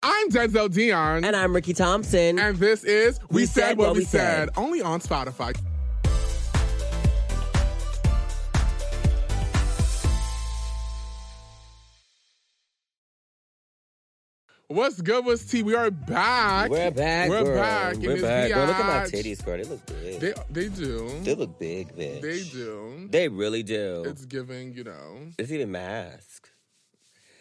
I'm Denzel Dion. And I'm Ricky Thompson. And this is We, we said, said, What We, said. said, only on Spotify. What's good? What's tea? We are back. We're back. We're girl. back. It We're is back. the Girl, look at my odds. titties, girl. They look big. They, they They, do. look big, bitch. They do. They really do. It's giving, you know. It's even masked.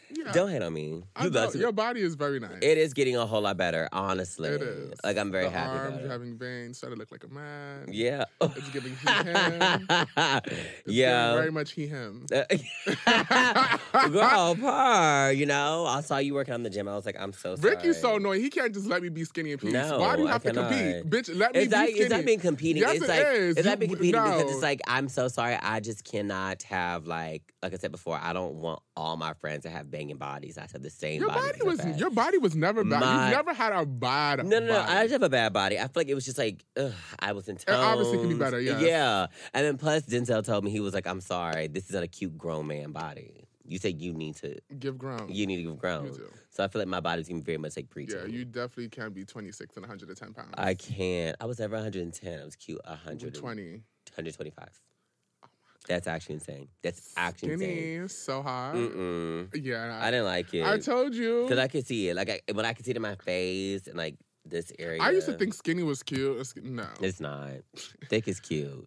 You know, Don't hate on me. I You know, got your to. body is very nice. It is getting a whole lot better, honestly. It is. Like I'm very the happy arms, about it. You're having veins, starting to look like a man. yeah. It's giving he him. It's yeah. giving very much he him. Girl, par, you know, I saw you working on the gym. I was like, I'm so sorry. Ricky's so annoying. He can't just let me be skinny in peace. No, Why do you I have to cannot. compete, bitch? Let me Is that, be skinny. is that being competing? Yes, it's it like is. is that You- being competing no. because it's like I'm so sorry. I just cannot have like like I said before. I don't want all my friends to have banging bodies. I said the same. Your bodies body are was bad. your body was never bad. My- You've never had a bad. No, no, no. body. I just have a bad body. I feel like it was just like ugh, I was in It tone. obviously could be better, yes. Yeah. And then plus Denzel told me he was like, "I'm sorry. This is not a cute grown man body. You said you need to. give ground. You need to get grown. Mm-hmm. You do. So I feel like my body's gonna be very much like preteen. Yeah, you definitely can be 26 and 110 pounds. I can't. I was never 110. I was cute. 100. 20. 125. That's actually insane. That's actually insane. Skinny, so hot. Mm-mm. Yeah, I didn't like it. I told you. Because I could see it. Like, I, when I could see it in my face and, like, this area. I used to think skinny was cute. It's- No, It's not. Thick is cute.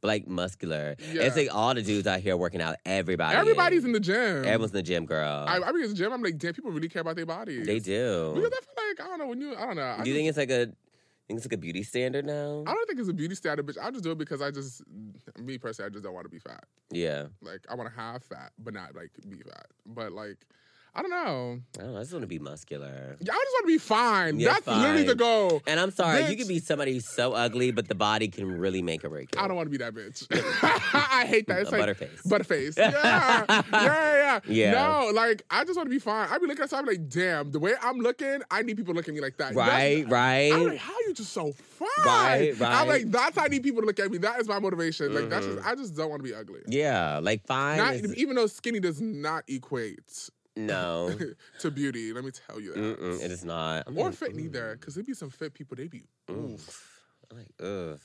But, like, muscular. Yeah. It's like all the dudes out here working out. Everybody. everybody's in the gym. Everyone's in the gym, girl. I, I be in the gym. I'm like, damn, people really care about their bodies. they do. Because I feel like I don't know when you. I don't know. I do just- you think it's like a... Think it's like a beauty standard now? I don't think it's a beauty standard, bitch. I just do it because I just, me personally, I just don't want to be fat. Yeah, Like I want to have fat, but not like be fat. But like, I don't know. I don't know. I just want to be muscular. Yeah, I just want to be fine. Yeah, That's literally the fine. goal. And I'm sorry, Bitch. you could be somebody who's so ugly, but the body can really make or break you. I don't want to be that bitch. I hate that. It's A like butterface. Butterface. Yeah. yeah, yeah, Yeah. No, like I just want to be fine. I be looking at something like, damn, the way I'm looking, I need people looking at me like that. That's- Right, I'm like, right. how you just so fine? Right, I'm right. Mm-hmm. like, that's how I need people to look at me. That is my motivation. Like that's just, I just don't want to be ugly. Yeah, like fine. Not, e, is- even though skinny does not equate no, to beauty, let me tell you that. Mm-mm, it is not. I'm Or like, fit mm, neither, because there'd be some fit people, they be oof. Oof. I'm like, ugh.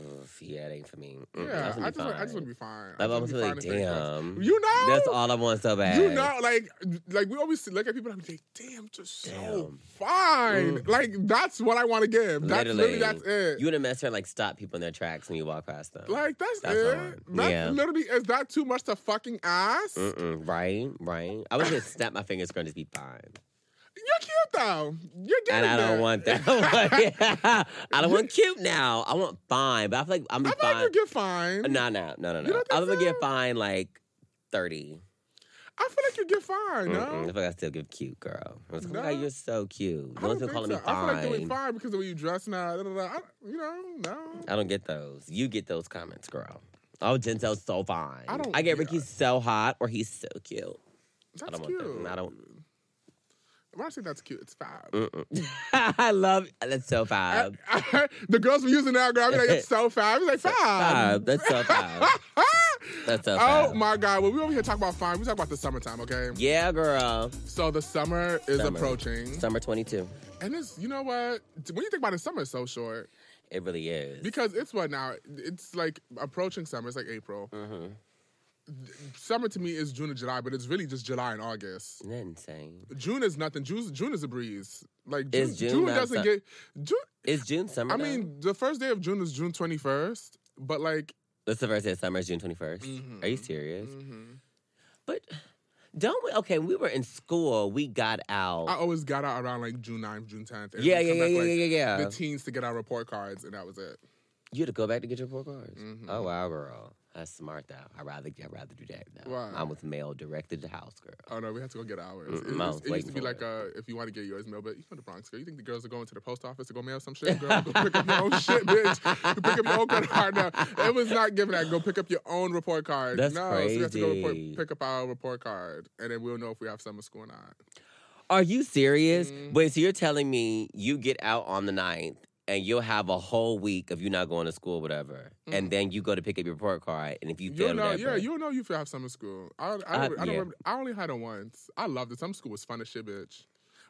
Oof. Yeah, it ain't for me. Mm-mm, Yeah, just wanna I be just, want, I fine. just want to be fine. I I'm just wanna almost be like, fine and fat. damn. You know, That's all I want so bad. You know, like, like we always see- look at people and be like, damn, just so Damn. Mm. fine. Like, that's what I want to give. That's literally, Literally. that's it. You would have messed her like stop people in their tracks when you walk past them. like, that's, That's what I it. want. That's Yeah. Mm. literally, is that too much to fucking ask? Mm-mm, right, right. I would just snap my fingers, girl, and just be fine. You're cute, though. You're And getting I don't there. want that. I don't want cute now. I want fine, but I feel like I'm I gonna be feel like fine. you get fine. No, no, no, no, You don't no. think I'm gonna so? get fined like thirty. I feel like you get fine, Mm-mm, I no? feel like I still give cute, girl. I was like, oh my No. God, you're so I cute. No don't one's think been calling so. me I feel fine. like doing fine because of the way you dress now. Da, da, da. I, you know, no. I don't get those. You get those comments, girl. Oh, Denzel's so fine. I I, don't- don't, I get yeah. Ricky's so hot or he's so cute. That's don't want cute. that. I don't- When I say that's cute, it's fab. Mm-mm. I love that's so I- fab. I- the girls were using that girl. I be like, it's so fab. I be like, Fab. fab. That's so fab. That's so Oh fab. my God. Well, we over here talking about fine. We talk about the summertime, okay? Yeah, girl. So the summer is Summer. approaching. Summer 22. And it's, you know what? When you think about it, summer is so short. It really is. Because it's what now? It's like approaching summer. It's like April. Mhm. Summer to me is June and July, but it's really just July and August. Isn't that insane? June is nothing. June, June is a breeze. Like June, Is June not doesn't su- get June. Is June summer? I though? mean, the first day of June is June twenty first, but like that's the first day of summer is June 21st. Are you Mhm. serious? Mhm. But don't we? Okay, we were in school. We got out. I always got out around like June 9th, June 10th. and yeah, Oh, we yeah, come yeah, back, yeah, like, yeah, yeah, The teens to get our report cards, and that was it. You had to go back to get your report cards. Mhm. Oh wow, girl, that's smart though. I rather I rather do that now. Why? I was mailed directly to house, girl. Oh no, we had to go get ours. Mm-mm, It- It, I was used- it used waiting to be for like, it. uh, if you want to get yours mail, but you from the Bronx, girl. You think the girls are going to the post office to go mail some shit, girl? Go pick up your own shit, bitch. Go pick up your own credit card now. It was not giving that. Go pick up your own report card. That's no, so we have to go report, crazy. pick up our report card, and then we'll know if we have summer school or not. Are you serious? Mhm. Wait, so you're telling me you get out on the 9th and you'll have a whole week of you not going to school, whatever, Mhm. and then you go to pick up your report card, and if you You'll fail know, that, yeah, break- you'll know if you have summer school. I, I, Uh, don't- I don't yeah. remember. I only had it once. I loved it. Summer school was fun as shit, bitch.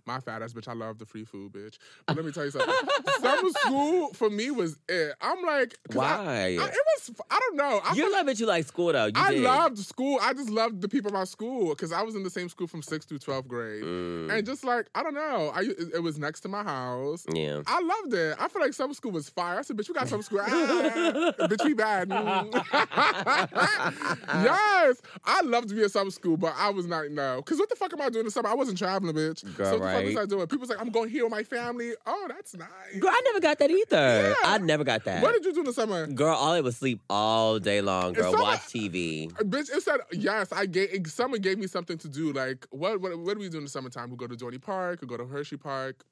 My fat ass bitch, I love the free food, bitch. But let me tell you something. Summer school for me was it. I'm like, 'cause I, Why? I- it was. I don't know. I you feel- love it. You like school though. You I did. loved school. I just loved the people in my school because I was in the same school from sixth through twelfth grade, Mm, and just like I don't know, I it it was next to my house. yeah. I loved it. I feel like summer school was fire. I said, bitch, you got summer school. Ah, bitch, we bad. Mm. yes. I loved to be at summer school, but I was not, no. Because what the fuck am I doing this summer? I wasn't traveling, bitch. Girl, so what the fuck was right. I doing? People's like, I'm going here with my family. Oh, that's nice. Girl, I never got that either. Yeah. I never got that. What did you do in the summer? Girl, all I was sleep all day long. Girl, so- watch TV. Bitch, it said yes. I gave it- summer gave me something to do. Like, what what what do we do in the summertime? We go to Dorney Park, we go to Hershey Park.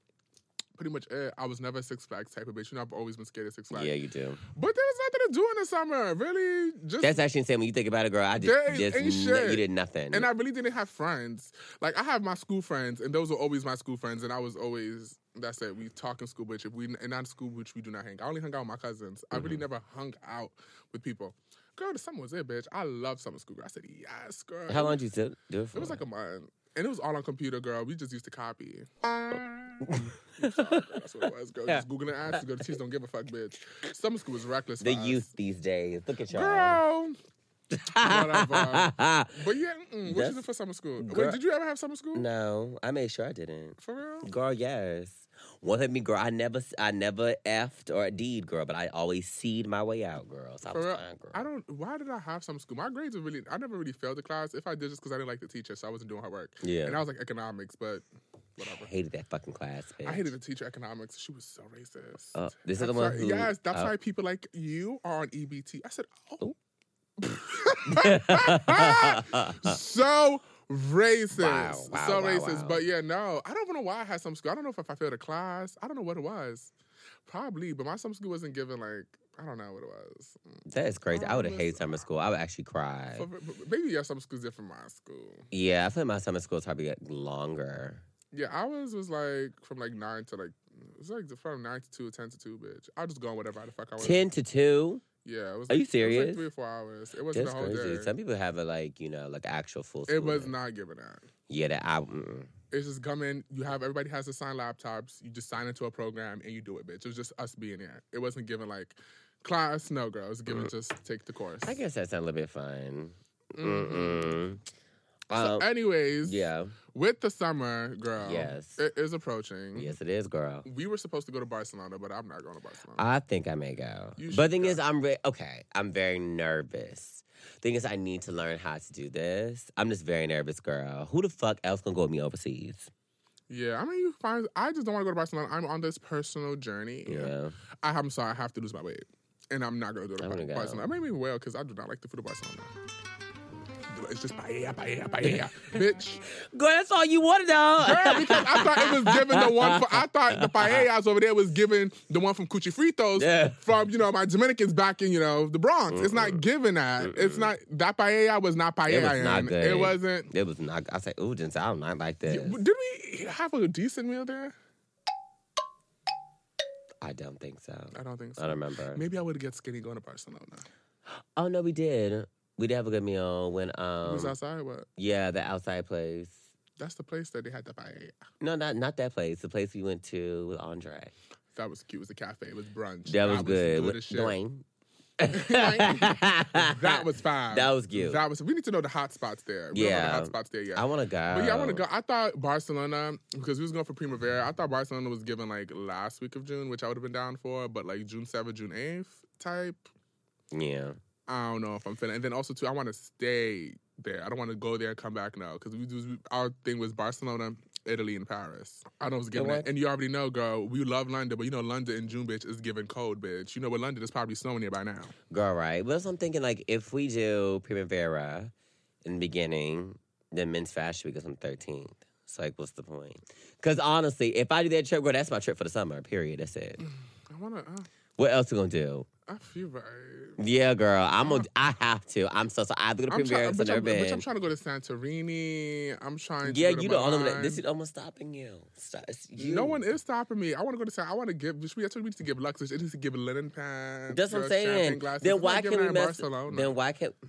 Pretty much it. I was never a Six Flags type of bitch. You know, I've always been scared of Six Flags. Yeah, you do. But there was nothing to do in the summer, really. Just That's actually insane when you think about it, girl. I just, There just ain't n- shit. you did nothing. and I really didn't have friends. Like I have my school friends, and those were always my school friends. And I was always that's it. We talk in school, bitch. If we and not in school, which we do not hang. I only hung out with my cousins. I Mm-hmm. really never hung out with people. Girl, the summer was it, bitch. I love summer school. Girl. I said yes, girl. How long did you do do it for? It was like a month. And it was all on computer, girl. We just used to copy. That's what it was, girl. Just googling answers. Go to teachers don't give a fuck, bitch. Summer school was reckless. the for us. youth these days. Look at y'all. girl. Whatever. But yeah, mm, what you That's- do for summer school? Girl- Wait, did you ever have summer school? no, I made sure I didn't. For real? Girl, yes. One hit me, girl. I never, s- I never effed or D'd, girl, but I always seed my way out, girl. So I For was real? fine, girl. I don't. Why did I have summer school? My grades were really. I never really failed the class. If I did, just because I didn't like the teacher, so I wasn't doing her work. Yeah. And I was like economics, but whatever. hated that fucking class. Bitch. I hated the teacher economics. She was so racist. Uh, this is the That's one why- who. yes, that's uh, why people like you are on EBT. I said, oh, so racist, Oh. Wow, wow, so wow, racist. wow. But yeah, no, I don't know why I had some school. I don't know if, I failed a class. I don't know what it was. Probably, but my summer school wasn't given like I don't know what it was. that is crazy. I would have Oh, hated listen. summer school. I would actually cry. For- but maybe your summer school's different from my school. Yeah, I feel like my summer school is probably like, longer. Yeah, ours was like from like nine to like it was like from nine to two, ten to two, bitch. I just go on whatever the fuck I want. Ten to two. Yeah, it was. like- Are you It was serious? like three or four hours. It wasn't That's the whole crazy. day. Some people have a like, you know, like actual full. School It was day. not given out. Yeah, that I. Mm, It's just come in. You have everybody has to sign laptops. You just sign into a program and you do it, bitch. It was just us being there. It wasn't given like class. No, girl. It was given just take the course. I guess that sounds a little bit fun. Mm. Mm-mm. So, Um, anyways, yeah. With the summer, girl. Yes. It is approaching. Yes, it is, girl. We were supposed to go to Barcelona, but I'm not going to Barcelona. I think I may go. You But should thing go. is, I'm re- okay. I'm very nervous. Thing is, I need to learn how to do this. I'm just very nervous, girl. Who the fuck else gonna go with me overseas? yeah. I mean, you find. I just don't want to go to Barcelona. I'm on this personal journey. You know? I, I'm sorry. I have to lose my weight, and I'm not going to go I to wanna Bar- go. Barcelona. I may even well because I do not like the food of Barcelona. It's just paella, paella, paella, bitch. Girl, that's all you wanted, though. Girl, because I thought it was giving the one. For, I thought the paellas over there was giving the one from Cuchifritos Yeah. from you know my Dominicans back in you know the Bronx. It's not giving that. It's not that paella was not paella. It was not and good. It wasn't. It was not. I said, "Ooh, Jensen, I do not like this." Did we have a decent meal there? I don't think so. I don't think so. I don't remember. Maybe I would get skinny going to Barcelona. Oh no, we did. We did have a good meal when it was um outside. What? yeah the outside place. That's the place that they had the paella. No, not not that place. The place we went to with Andre. That was cute. It was a cafe. It was brunch. That was as good. With shit. Dwayne. That was fine. That was cute. That was. We need to know the hot spots there. We don't know Yeah. the hot spots there yet. I want to go. But yeah, I want to go. I thought Barcelona because we was going for Primavera. I thought Barcelona was given like last week of June, which I would have been down for, but like June seventh, June eighth type. Yeah. I don't know if I'm feeling. And then also too, I want to stay there. I don't want to go there and come back now because we do. Our thing was Barcelona, Italy, and Paris. I know it's given. what? that. And you already know, girl. We love London, but you know London in June, bitch, is given cold, bitch. You know what? London is probably snowing there by now. Girl, right. But that's what I'm thinking. Like, if we do Primavera in the beginning, then Men's Fashion Week is on the 13th. So, like, what's the point? Because honestly, if I do that trip, girl, that's my trip for the summer. Period. That's it. I want to. Uh, What else we gonna do? I feel right. Yeah, girl. I'm gonna. I have to. I'm so sorry. I have to go to I'm, try- Primavera. bitch, because I've I'm, never bitch, been. I'm trying to go to Santorini. I'm trying. Yeah, to go to you the only one. Milan. That, this is almost stopping you. Stop, it's you. No one is stopping me. I want to go to town. I want to give. We actually need to give Lux. It needs to give linen pants. That's what girl, I'm champagne saying. glasses. Then It's why not can't giving we out mess? Barcelona? Then why can't? mm,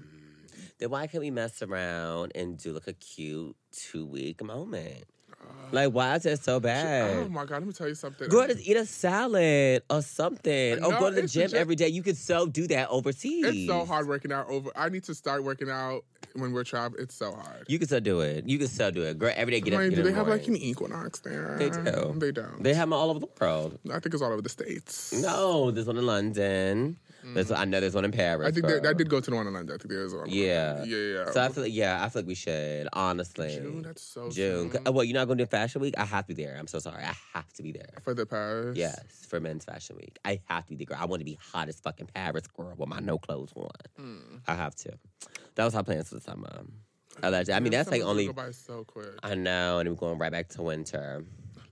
Then why can't we mess around and do like a cute two week moment? Uh, Like, why is it so Oh bad? my god, let me tell you something. Girl, just eat a salad or something, or No, go to the it's gym legit. every day. You could so do that overseas. It's so hard working out over. I need to start working out when we're traveling. It's so hard. You could still do it. You could still do it. Girl, every day get up. Like, Get do in they the have like an morning. equinox there? They do. They don't. They have them all over the world. I think it's all over the states. No, there's one in London. There's I know there's one in Paris. Mm. I think they, girl. I did go to the one in London. I think there is one. Yeah. Yeah, yeah. So I feel like, yeah, I feel like we should honestly. June. That's so June. soon. C- Oh, well, you're not going to do Fashion Week. I have to be there. I'm so sorry. I have to be there. for the Paris. Yes, for Men's Fashion Week, I have to be the girl. I want to be hot as fucking Paris girl with my no clothes on. Mm. I have to. That was our plans for the summer. Alleged. I mean, Yeah, that's like summer's only. Go by so quick. I I know, and we're going right back to winter.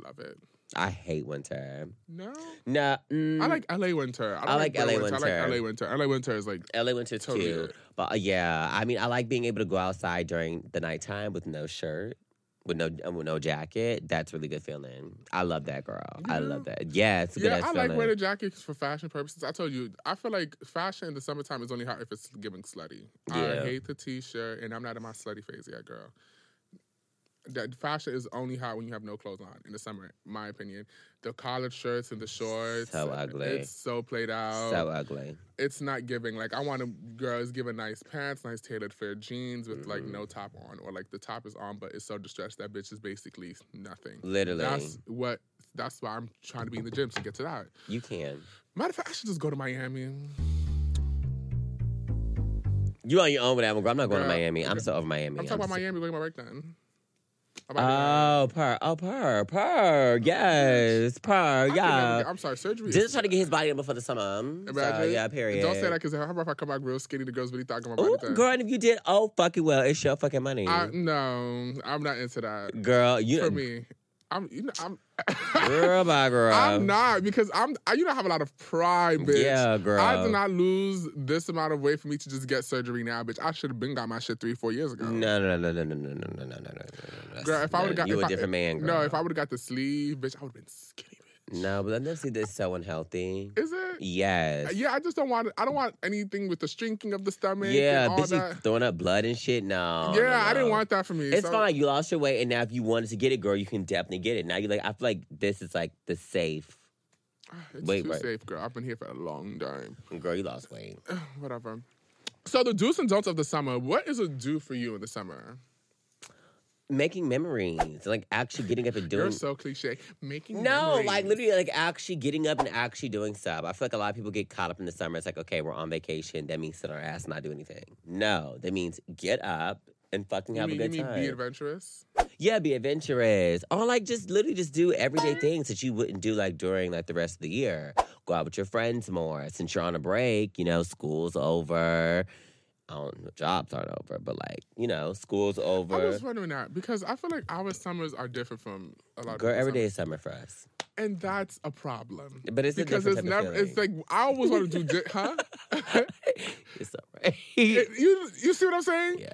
love it. I hate winter. No, No, mm, I like LA winter. I, don't I like Bel LA I winter. like LA winter. LA winter is like LA winter is Totally cute, good. but uh, yeah, I mean, I like being able to go outside during the nighttime with no shirt, with no um, with no jacket. That's really good feeling. I love that girl. I Yeah. love that. Yeah, it's a good. yeah. ass I like feeling. wearing jackets for fashion purposes. I told you, I feel like fashion in the summertime is only hot if it's giving slutty. Yeah. I hate the t-shirt, and I'm not in my slutty phase yet, girl. That fashion is only hot when you have no clothes on in the summer, my opinion. The collared shirts and the shorts. So ugly. It's so played out. So ugly. it's not giving. Like I want to girls giving nice pants, nice tailored fair jeans with like no Mm-hmm. top on, or like the top is on but it's so distressed that bitch is basically nothing. Literally, That's what. That's why I'm trying to be in the gym to get to that. you can. Matter of fact, I should just go to Miami. You on your own with that one, girl. I'm not going to Girl, Miami. I'm okay. so over Miami. I'm talking about so- Miami. Where my work then? How about that? Oh, per, oh, per, per, yes, per, I can never yeah. get- I'm sorry, surgery. Just try to get his body in before the summer. um, So, Imagine. yeah, period. Don't say that because how about if I come back real skinny? The girls really thought I'm Ooh, about it. girl, and if you did, oh, fucking well, it's your fucking money. I, no, I'm not into that. girl, you. For me, I'm. You know, I'm. Girl, bye, girl. I'm not because I'm. I, you know, I have a lot of pride, bitch. Yeah, girl. I did not lose this amount of weight for me to just get surgery now, bitch. I should have been got my shit three, four years ago. No, no, no, no, no, no, no, no, no, no, no, no, no. Girl, if I No, would've got- you if a I- different man, girl. no. If I would have got the sleeve, bitch, I would have been skinny. no, but I've never seen this so unhealthy. Bitch. Is it? Yes. Yeah, I just don't want. I don't want anything with the shrinking of the stomach. yeah, and all bitch, you that. throwing up blood and shit. No. yeah, no, I didn't no. want that for me. It's so- fine. You lost your weight, and now if you wanted to get it, girl, you can definitely get it. Now you're like, I feel like this is like the safe. It's Wait, too wait. safe, girl. I've been here for a long time. Girl, you lost weight. Whatever. So the do's and don'ts of the summer. What is a do for you in the summer? Making memories, like actually getting up and doing. You're so cliche. Making No, memories. like literally, like actually getting up and actually doing stuff. I feel like a lot of people get caught up in the summer. It's like, okay, we're on vacation. That means sit on our ass and not do anything. No, that means get up and fucking You have mean, a good you mean be time. adventurous? yeah, be adventurous. Or like just literally just do everyday things that you wouldn't do like during like the rest of the year. Go out with your friends more since you're on a break. You know, school's over. I don't know, jobs aren't over, but like you know, school's over. I was wondering that because I feel like our summers are different from a lot of Girl, people's every day summers. is summer for us, and that's a problem. but it's Because a it's different type of never, it's feeling. like I always want to do, di- huh? it's alright. It- you you see what I'm saying? yeah.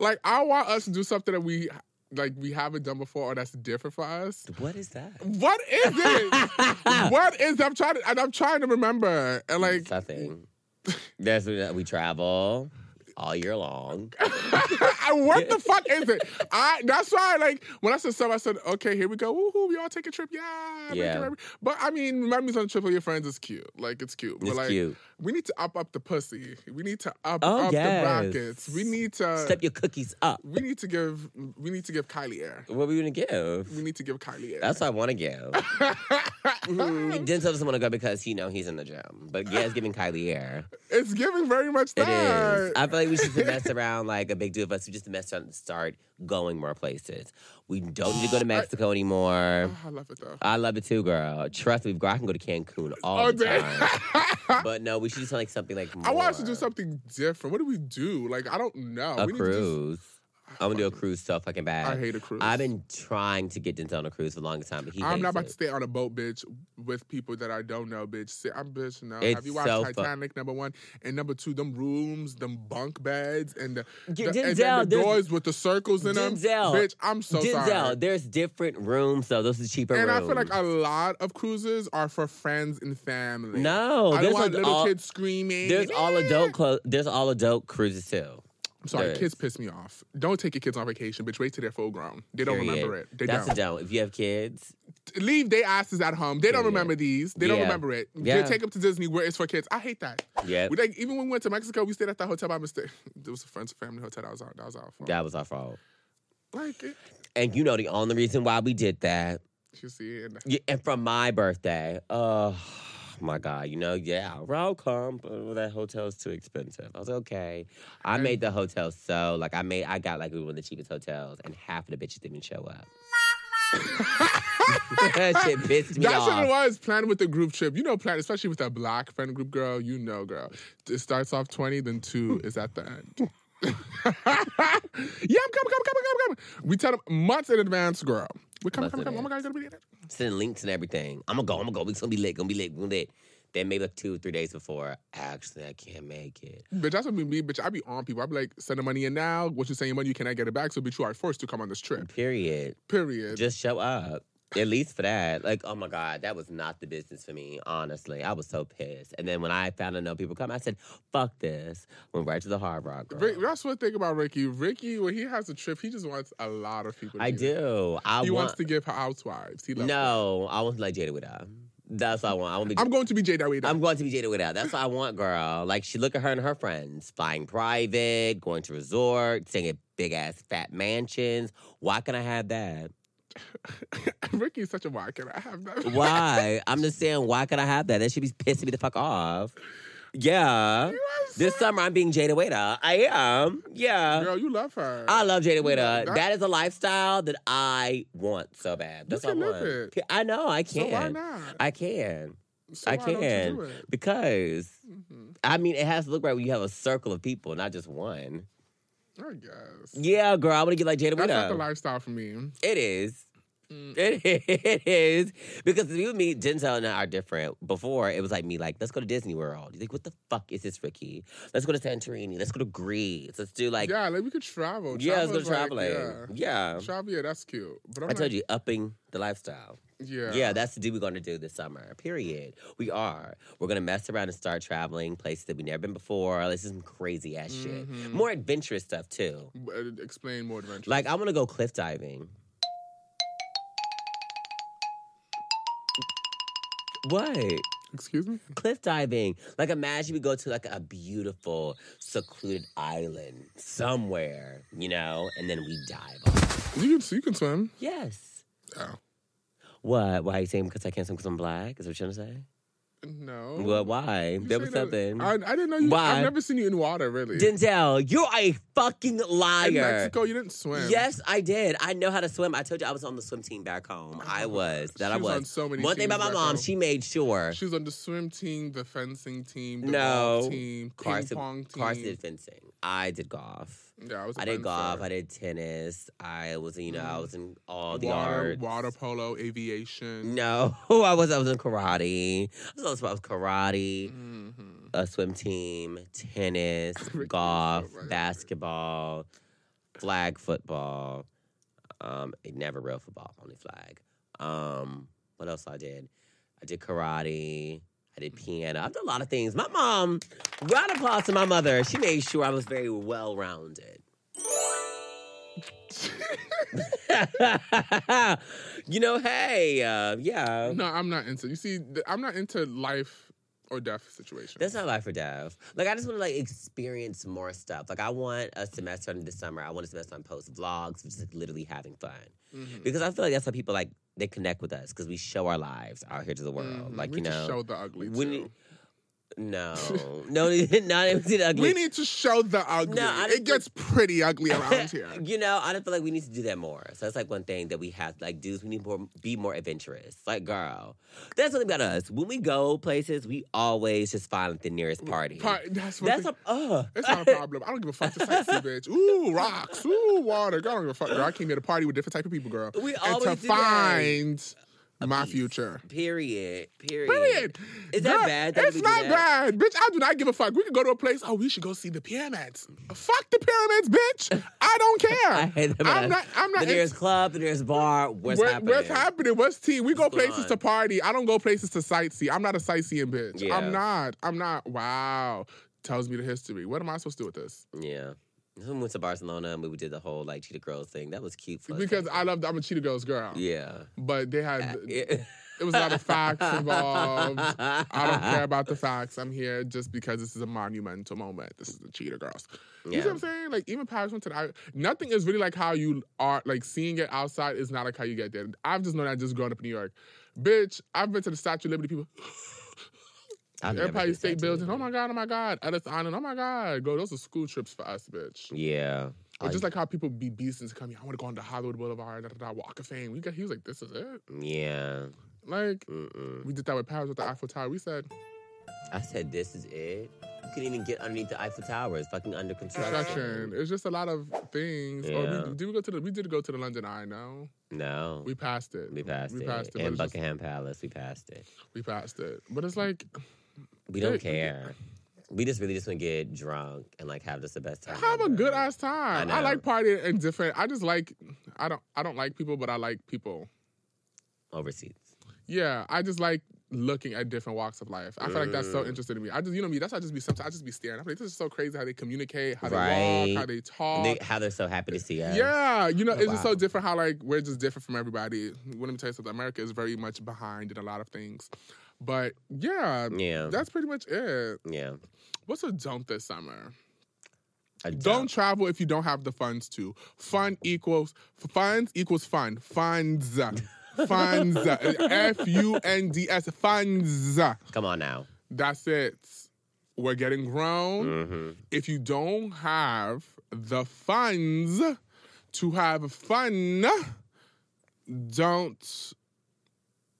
Like I want us to do something that we like we haven't done before or that's different for us. What is that? What is it? what is? I'm trying to, and I'm trying to remember. And like, Nothing. That's what uh, we travel all year long. And what the fuck is it? I that's why like when I said something, I said, okay, here we go. Woohoo, we all take a trip. Yeah. make it Yeah. right. But I mean, memories on a trip with your friends is cute. Like it's cute. It's but like cute. we need to up up the pussy. We need to up Oh, up yes. the brackets. We need to Step your cookies up. we need to give we need to give Kylie air. What are we gonna We give? need to give Kylie air. That's what I want to give. Mm, Denzel doesn't want to go because you know he's in the gym, but yeah, it's giving Kylie air. it's giving very much It is. that. I feel like we should mess around like a big deal of us. We just mess around and start going more places. We don't need to go to Mexico anymore. Oh, I love it though. I love it too, girl. Trust me, girl. I can go to Cancun all Oh, the damn. time. But no, we should do something something like more. I want us to do something different. What do we do? Like I don't know. A we Need to cruise. I'm gonna do a cruise so fucking bad. I hate a cruise. I've been trying to get Denzel on a cruise for the longest time, but he I'm hates not about it. to stay on a boat, bitch, with people that I don't know, bitch. Sit, I'm bitch. No, It's have you watched so fu- Titanic? number one and number two, them rooms, them bunk beds, and the, Get the- and Denzel, then the there's- doors with the circles in them. Denzel. bitch, I'm so Denzel, sorry. there's different rooms though. Those are cheaper And I rooms. feel like a lot of cruises are for friends and family. No, I there's don't want like little all- kids screaming. there's all "Eh." adult clo- there's all adult cruises too. I'm sorry, There kids piss me off. Don't take your kids on vacation, bitch. Wait till they're full grown. They don't Period. remember it. They That's don't. a don't. If you have kids, Leave their asses at home. They don't Period. remember these. They don't Yeah. remember it. Yeah. They take them to Disney where it's for kids. I hate that. yeah, We, like, even when we went to Mexico, we stayed at that hotel by mistake. It was a friends and family hotel. That was our, that was our fault. that was our fault. Like, it- And you know the only reason why we did that, you see, and yeah, and from my birthday, oh my god, you know, yeah, roll come, but that hotel's too expensive. I was like, okay. I And- made the hotel so like I made I got like we were one of the cheapest hotels, and half of the bitches didn't even show up. that shit pissed me That's what it off. was. Planning with the group trip. You know, plan especially with that black friend group girl. You know, girl. It starts off twenty, then two is at the end. yeah, I'm coming, coming, coming, coming, coming. We tell them months in advance, girl. We're coming, Months coming, in coming. Oh my god, you gotta be there. Sending links and everything. I'm gonna go. I'm gonna go. We're gonna be lit. Gonna be lit. Gonna be lit. Then maybe like two or three days before, actually, I can't make it. Bitch, that's what be me, bitch. I be on people. I be like, send the money in now. What you saying your money, you cannot get it back. So bitch, you are forced to come on this trip. Period. Period. Just show up. At least for that. Like, oh my God, that was not the business for me, honestly. I was so pissed. And then when I found out no people come, I said, fuck this. Went right to the Hard Rock. Girl. Rick, that's one thing about Ricky. Ricky, when he has a trip, he just wants a lot of people. To I be there. do. I He want. wants to give housewives. He loves that. no, I want to like Jada with her. That's what I want. I want to be. I'm going to be Jay Dawida. I'm going to be Jada Widow. That's what I want, girl. Like she look at her and her friends flying private, going to resorts, staying at big ass fat mansions. Why can I have that? Ricky's such a wild kid. I have that. Why? I'm just saying, why can I have that? That should be pissing me the fuck off. Yeah. You are so- This summer I'm being Jada Widow. I am. Yeah. Girl, you love her. I love Jada Yeah, Widow. that- That is a lifestyle that I want so bad. That's can what I live want. it. I know, I so can. why not? I can. So I why don't you can. do it? Because Mhm. I mean, it has to look right when you have a circle of people, not just one. I guess. Yeah, girl, I want to get like Jada That's not the Widow. lifestyle for me. It is. Mm. It it is. Because you and me, Denzel and I are different. Before, it was like me, like, let's go to Disney World. You think, what the fuck is this, Ricky? Let's go to Santorini. Let's go to Greece. Let's do like, yeah, yeah, like we could travel. let's go Travel is traveling. Like, yeah. yeah. Travel, yeah, that's cute. But I'm I told you, upping the lifestyle. Yeah. Yeah, that's the do we're gonna do this summer. Period. We are. We're gonna mess around and start traveling places that we've never been before. This is some crazy ass Mhm. shit. More adventurous stuff too. But uh, Explain more adventure. Like I wanna go cliff diving. What? Excuse me? Cliff diving. Like imagine we go to like a beautiful secluded island somewhere, you know, and then we dive off. You can, so you can swim. Yes. Oh. What? Why are you saying because I can't swim because I'm black? Is what you're trying to say? No. Well, why? Oh. You There say was that- something. I, I didn't know you. Why? I've never seen you in water, really. Denzel, you're a fucking in liar. Mexico, you didn't swim. Yes, I did. I know how to swim. I told you I was on the swim team back home. I was. That Oh, she I was was. on so many One thing about teams my back mom, home. she made sure. She was on the swim team, the fencing team, the No. golf team, ping Carson, pong team. Carson did fencing. I did golf. Yeah, I was. a I did golf. fencer. I did tennis. I was, you know, I Mm. was in all the water, arts. water polo, aviation. No, I was. I was in karate. I was on I was karate. Mhm. a swim team, tennis, Ricky, golf, so right. basketball, flag football. Um, it never real football, only flag. Um, what else I did? I did karate. I did piano. I've done a lot of things. My mom, round of applause to my mother. She made sure I was very well rounded. you know, hey, uh, yeah. No, I'm not into. You see, th- I'm not into life or death situations. That's not life or death. Like I just want to like experience more stuff. Like I want a semester on this summer. I want a semester on post vlogs, which is like, literally having fun. Mhm. Because I feel like that's how people like they connect with us because we show our lives out here to the world. Mhm. Like we you need to know, show the ugly. we too. need- no, no, not even see the we ugly. need to show the ugly. No, I it didn't- gets pretty ugly around here. you know, I just feel like we need to do that more. So that's like one thing that we have, like dudes, we need more be more adventurous. Like, girl, that's something about us. When we go places, we always just find like, the nearest party. Pa- that's what. That's a uh. it's not a problem. I don't give a fuck to sightsee, bitch. Ooh, rocks. Ooh, water. Girl, I don't give a fuck. Girl, I came here to party with different type of people, girl. We and always to do that. find my piece. future. Period. Period. Period. Is that Girl, bad that it's we do not that? bad, bitch. I do not give a fuck. We could go to a place. Oh, we should go see the pyramids. Fuck the pyramids, bitch. I don't care. I hate that. I'm not. I'm not. The nearest club, the nearest bar. What's Where- happening? What's happening? What's tea? We go What's going places on? to party. I don't go places to sightsee. I'm not a sightseeing bitch. Yeah. I'm not. I'm not. Wow. Tells me the history. What am I supposed to do with this? Yeah. When we went to Barcelona and we did the whole like cheetah girls thing. That was cute. For us. Because I loved I'm a Cheetah Girls girl. yeah, But they had it was a lot of facts involved. I don't care about the facts. I'm here just because this is a monumental moment. This is the Cheetah Girls. You see what Yeah. I'm saying? Like even Paris went to the. I- Nothing is really like how you are. Like seeing it outside is not like how you get there. I've just known that just growing up in New York. Bitch, I've been to the Statue of Liberty. People, I've never Empire been State to Building. Oh my Italy. god! Oh my god! Ellis Island. Oh my god! Go. Those are school trips for us, bitch. Yeah. Or Oh, just like how people be beasting to come here. I want to go on the Hollywood Boulevard, da, da, da, Walk of Fame. We got, he was like, this is it. Yeah. Like, Mm-mm. we did that with Paris with the Eiffel Tower. We said, I said this is it. You couldn't even get underneath the Eiffel Tower. It's fucking under construction. construction. It's just a lot of things. Or Yeah. we, did we go to the? We did go to the London Eye. No, No. we passed it. We passed we it. passed it, but and it's just- Buckingham Mm. Palace, we passed it. We passed it. But it's like, We Yeah. don't care. We just really just want to get drunk and like have just the best time. have a ever. good ass time. I I, know. like partying and different. I just like. I don't. I don't like people, but I like people. overseas. Yeah, I just like looking at different walks of life. I feel like that's so Mm. interesting to me. I just, you know me. That's how I just be. Sometimes I just be staring. I'm like, this is so crazy how they communicate, how they Right. walk, how they talk. And they, how they're so happy to see us. Yeah, you know, Oh, it's just so wow. different how like we're just different from everybody. Let me tell you something. America is very much behind in a lot of things, but yeah, Yeah. that's pretty much it. yeah. What's a don't this summer? A Don't dump. travel if you don't have the funds to. Fun equals funds equals fun. Funds. Funds. F U N D S. Funds. Come on now. That's it. We're getting grown hmm if you don't have the funds to have fun, don't.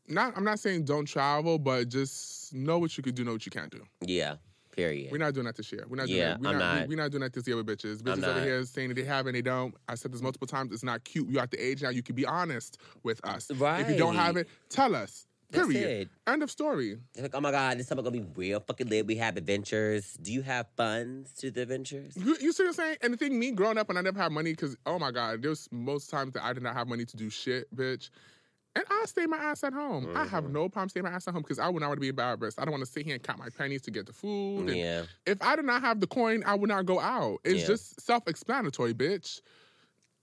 Not, I'm not saying don't travel, but just know what you could do, know what you can't do. Yeah. Period. We're not doing that this year. We're not doing Yeah, that. We're I'm not, not. We're not doing that this year with bitches. I'm Bitches over not. here saying that they have and they don't. I said this multiple times. It's not cute. You're at the age now. You can be honest with us. If you don't have Right. it, tell us. That's Period. it. End of story. They're like, oh my God, this summer gonna be real fucking lit. We have adventures. Do you have funds to the adventures? You, you see what I'm saying? And the thing, me growing up and I never had money because, oh my God, there's most times that I did not have money to do shit, bitch. And I stay my ass at home. I have Mhm. no problem staying my ass at home because I would not want to be embarrassed. I don't want to sit here and count my pennies to get the food. And Yeah. If I did not have the coin, I would not go out. It's Yeah. just self explanatory, bitch.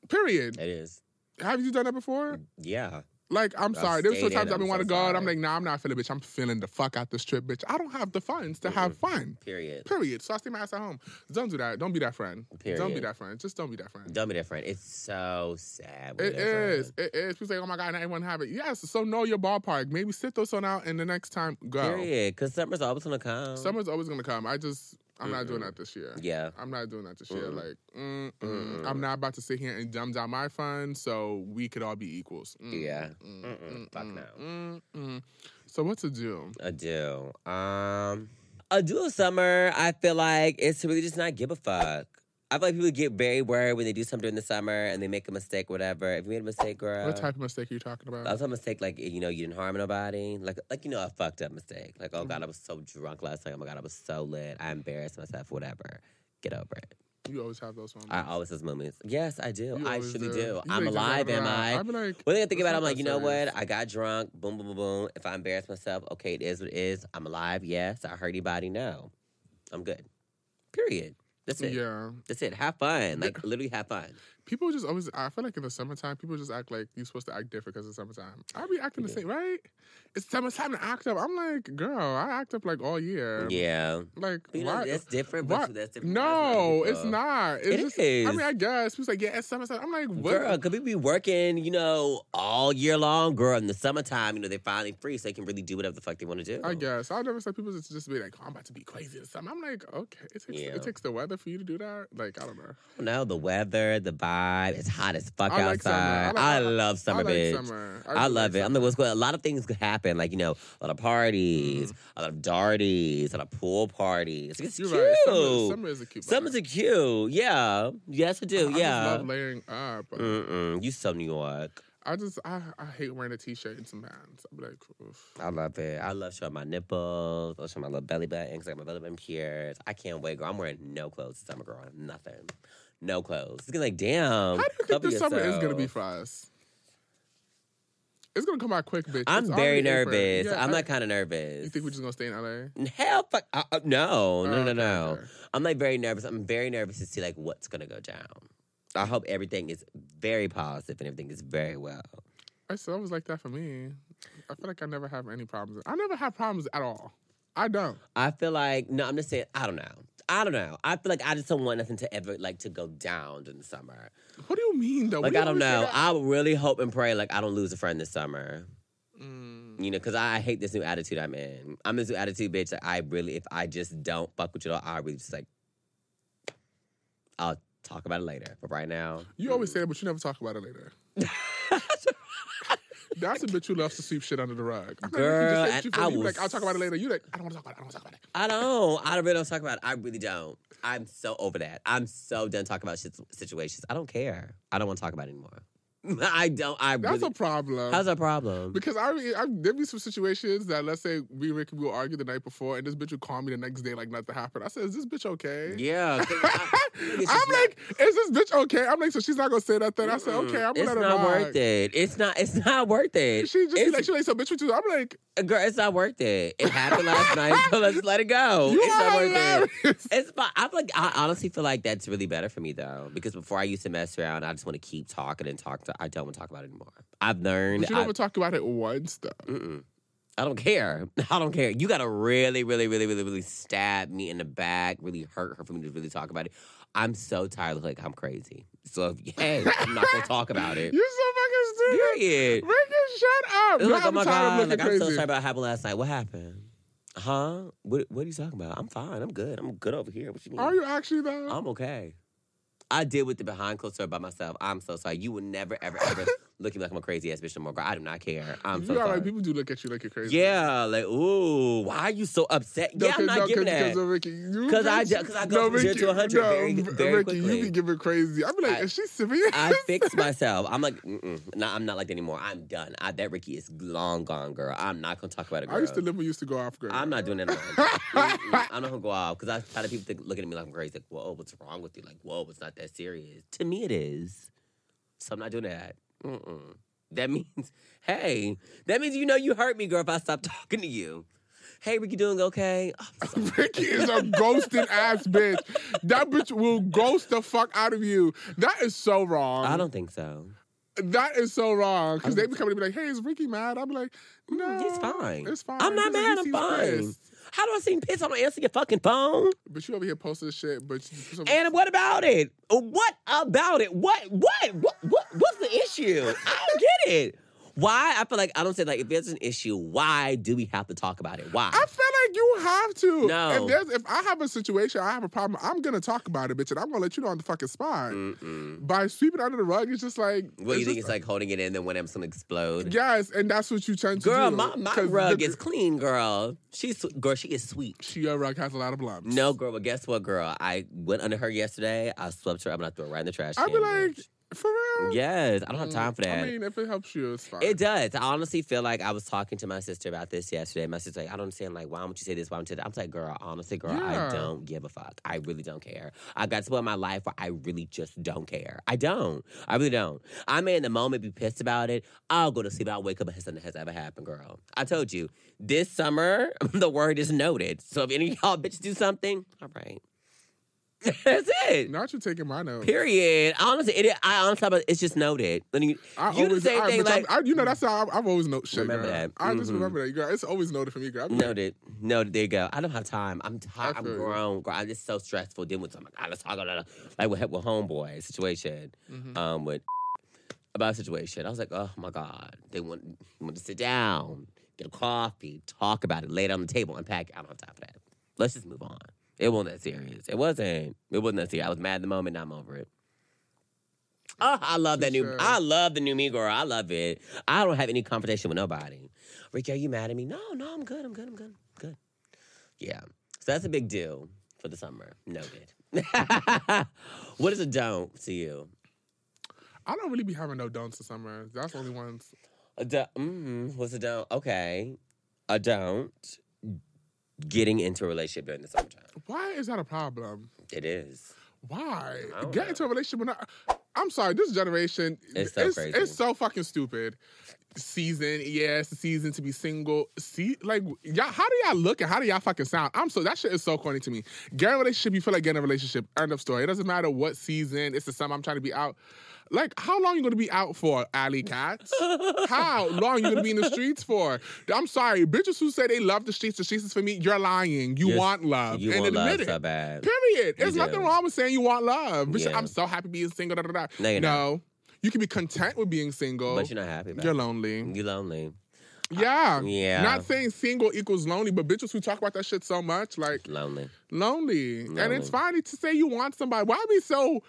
Period. It is. Have you done that before? Yeah. Like, I'm I sorry. There's still Mm. stayed in, times I've been I'm wanting to so go out. I'm sorry. like, nah, I'm not feeling, bitch. I'm feeling the fuck out this trip, bitch. I don't have the funds to have Mhm. fun. Period. Period. So I stay my ass at home. Don't do that. Don't be that friend. Don't be Period. that friend. Just don't be that friend. Don't be different. It's so sad. when It they're is. friends. It is. People say, "Oh my God, not everyone have it." Yes. So know your ballpark. Maybe sit those on out, and the next time go. Period. Because summer's always gonna come. Summer's always gonna come. I just, I'm not doing Mm-mm. that this year. Yeah. I'm not doing that this year. Mm-mm. Like, mm-mm. Mm-mm. I'm not about to sit here and dumb down my fund so we could all be equals. Mm, Yeah. mm, Mm-mm. mm, Fuck mm, no. mm, mm. So what to do? A do. Um, a do of summer, I feel like it's to really just not give a fuck. I feel like people get very worried when they do something during the summer and they make a mistake, whatever. If you made a mistake, girl. what type of mistake are you talking I about? was a mistake like you know you didn't harm nobody like like you know a fucked up mistake like Mm-hmm. oh god I was so drunk last night oh my god I was so lit I embarrassed myself whatever get over it You always have those moments. I always those moments yes I do You I always surely do. do You like just I'm have alive it am around. I I'd be like, Well, then I think It's about it, not I'm like, that you know serious. what? I got drunk. Boom, boom, boom, boom. If I embarrass myself, okay, it is what it is. I'm alive. Yes. I hurt anybody. No. I'm good. Period. That's it. yeah. That's it. Have fun. Like, literally have fun. People just always. I feel like in the summertime, people just act like you're supposed to act different because it's summertime. I be acting the Yeah. same, right? It's summertime to act up. I'm like, girl, I act up like all year. Yeah. Like, But, you know, Um, why? that's different. But why- that's different. no, it's not. It's It just, is. I mean, I guess people like, yeah, it's summertime. I'm like, what? Girl, could we be working, you know, all year long, girl, in the summertime, you know, they're finally free, so they can really do whatever the fuck they want to do. I guess I'll never say people just just be like, oh, I'm about to be crazy or something. I'm like, okay, it takes Yeah. it takes the weather for you to do that. Like, I don't know. You know, the weather, the vibe, it's hot as fuck I like summer. I outside. like- I, I- love summer, I like bitch. summer. I, do love like it. I'm summer. like, what's going on? A lot of things could happen. Like, you know, a lot of parties, a lot of darties, a lot of pool parties. It's Mm-hmm. You're cute. right. Summer, summer is a cute. Summer's vibe. a cute. Yeah. Yes, I do. I- I yeah. just love layering up. Mm-mm. You so New York. I just I, I hate wearing a t-shirt and some pants. I'm like, oof. I love it. I love showing my nipples. I love showing my little belly button because I got my belly button pierced. I can't wait, girl. I'm wearing no clothes this summer, girl. Nothing. No clothes. It's gonna like, damn. how do you think cover the summer is gonna be yourself. for us? It's gonna come out quick, bitch. I'm It's very already April. nervous. Yeah, I'm I- like kind of nervous. You think we're just gonna stay in LA? Hell, fuck. Uh, uh, no, no, Oh, no, okay, no. okay. I'm like very nervous. I'm very nervous to see like what's gonna go down. I hope everything is very positive and everything is very well. I said I was like that for me. I feel like I never have any problems. I never have problems at all. I don't. I feel like no, I'm just saying. I don't know. I don't know. I feel like I just don't want nothing to ever like to go down in the summer. What do you mean though? Like We I don't always say know. that. I really hope and pray like I don't lose a friend this summer. Mm. You know, because I hate this new attitude I'm in. I'm this new attitude, bitch. Like I really, if I just don't fuck with you, at all, I really just like. I'll talk about it later. But right now, You always say that, but you never talk about it later. That's a bitch who loves to sweep shit under the rug. I'm like, you Girl, just said and you feel I me. You will like, I'll talk about it later. You like, I don't want to talk about it. I don't want to talk about it. I don't. I really don't talk about it. I really don't. I'm so over that. I'm so done talking about shit, situations. I don't care. I don't want to talk about it anymore. I don't. I That's really. a problem. How's a problem? because I, re- I there be some situations that let's say we and Ricky will argue the night before, and this bitch would call me the next day like nothing happened. I said, "Is this bitch okay?" Yeah. 'cause I- nigga, she's I'm not- like, "Is this bitch okay?" I'm like, "So she's not gonna say nothing." I said, Mm-mm. "Okay, I'm gonna It's let her not ride." worth it. It's not. It's not worth it. She just be It's- like, she like, so bitch, you too. I'm like, Girl, it's not worth it. It happened last night, so let's just let it go. you Oh, it's not are worth it. hilarious. It's fine. I feel like I honestly feel like that's really better for me though, because before I used to mess around, I just want to keep talking and talk. To, I don't want to talk about it anymore. I've learned. But you I- never talk about it once though. Mm-mm. I don't care. I don't care. You gotta really, really, really, really, really stab me in the back, really hurt her for me to really talk about it. I'm so tired of like I'm crazy. So hey, I'm not gonna talk about it. You're so fucking stupid. Period. Ricky, shut up. It's Now like, oh I'm my tired of god, looking like I'm so crazy. sorry about what happened last night. What happened? Huh? What What are you talking about? I'm fine. I'm good. I'm good over here. What you mean? Are you actually though? I'm okay. I deal with the behind closed door by myself. I'm so sorry. You will never, ever, ever look at me like I'm a crazy ass bitch no more. Girl, I do not care. I'm you so are sorry. like people do look at you like you're crazy. Yeah, like, ooh, why are you so upset? No, yeah, I'm 'cause- not no, giving 'cause- that. 'cause of Ricky. You Because I bitch. ju- 'cause I go from zero to 100 very- no, very Ricky, quickly. you be giving crazy. I'm like, I- is she serious? I fixed myself. I'm like, mm no, I'm not like that anymore. I'm done. I, that Ricky is long gone, girl. I'm not gonna talk about it, girl. I used to live. We used to go off girl. I'm not doing that. Anymore. Mm-mm, I'm not gonna go out because I tired of people think, looking at me like I'm crazy. Like, whoa, what's wrong with you? Like, whoa, it's not that serious. To me, it is. So I'm not doing that. Mm-mm. That means, hey, that means you know you hurt me, girl. If I stop talking to you, hey, Ricky, doing okay? Oh, I'm sorry. Ricky is a ghosted ass bitch. That bitch will ghost the fuck out of you. That is so wrong. I don't think so. That is so wrong. Because I they don't- be coming to be like, hey, is Ricky mad? I'm like, no. he's fine. Mm, It's fine. I'm not He's- mad. he's- I'm he's fine. pissed. How do I seem pissed? I don't answer your fucking phone. But you over here posting this shit, but you, And what about it? What about it? What what what, what what's the issue? I don't get it. Why? I feel like I don't say like if there's an issue, why do we have to talk about it? Why? I feel like you have to. No. If there's if I have a situation, I have a problem, I'm gonna talk about it, bitch, and I'm gonna let you know on the fucking spot. Mm-mm. By sweeping under the rug, it's just like What you just- think it's like holding it in, then when I'm gonna explode? Yes, and that's what you tend to girl, do. my, my 'Cause rug the- is clean, girl. She's sw- girl, she is sweet. she your rug has a lot of blobs. No, girl, but guess what, girl? I went under her yesterday. I swept her. I'm gonna throw her right in the trash. I'd be can, like, bitch. for real. Mm. yes, I don't have time for that. I mean, if it helps you, it's fine. It does. I honestly feel like I was talking to my sister about this yesterday. My sister's like, I don't understand, like, why would you say this? Why would you say that? I'm like, girl, honestly, girl, Yeah. I don't give a fuck. I really don't care. I got to put in my life where I really just don't care. I don't. I really don't. I may in the moment be pissed about it. I'll go to sleep. I'll wake up and something that has ever happened, girl. I told you, this summer, the word is noted. So if any of y'all bitches do something, all right. That's it. Not you taking my note. Period. Honestly, it, I honestly, thought about- it's just noted. Then you, I you the always, same I, thing, bitch, I'm- like Mm. I, you know, that's how I, I've always noted shit. Remember girl. that. I just Mhm. remember that, girl. It's always noted for me, girl. I be like, Noted. Noted. There you go. I don't have time. I'm tired. I I'm feel you. grown. Girl. I'm just so stressful dealing with. I'm like, God, let's talk about it. like with, with homeboy situation. mhm. Um, with about situation. I was like, oh my God, they want want to sit down, get a coffee, talk about it, lay it on the table, unpack. it. I don't have time for that. Let's just move on. It wasn't that serious. It wasn't. It wasn't that serious. I was mad in the moment. Now I'm over it. Oh, I love that new. Touche. I love the new me girl. I love it. I don't have any confrontation with nobody. Ricky, are you mad at me? No, no, I'm good. I'm good. I'm good. I'm good. Yeah. So that's a big deal for the summer. Noted. what is a don't to you? I don't really be having no don'ts this summer. That's the only ones. A do- mm, what's a don't? Okay. A don't. Getting into a relationship during the summertime. Why is that a problem? It is. Why? I don't Get know. into a relationship when I, I'm sorry, this generation It's so it's, crazy. it's so fucking stupid. season. Yeah, it's the season to be single. See, like y'all, how do y'all look and how do y'all fucking sound? I'm so that shit is so corny to me. Get in a relationship, you feel like getting a relationship. End of story. It doesn't matter what season. It's the summer. I'm trying to be out. Like, how long you gonna be out for, Alley Cats? how long you gonna be in the streets for? I'm sorry, bitches who say they love the streets, the streets is for me. You're lying. You Yes, want love. You and want admit love it. so bad. Period. You There's nothing do. wrong with saying you want love. Bitch, Yeah. I'm so happy being single. Da, da, da. No, you're not. no, you can be content with being single. But you're not happy about You're it. lonely. You're lonely. Yeah. yeah. Not saying single equals lonely, but bitches who talk about that shit so much, like Lonely. lonely. And Lonely. it's fine to say you want somebody. Why be so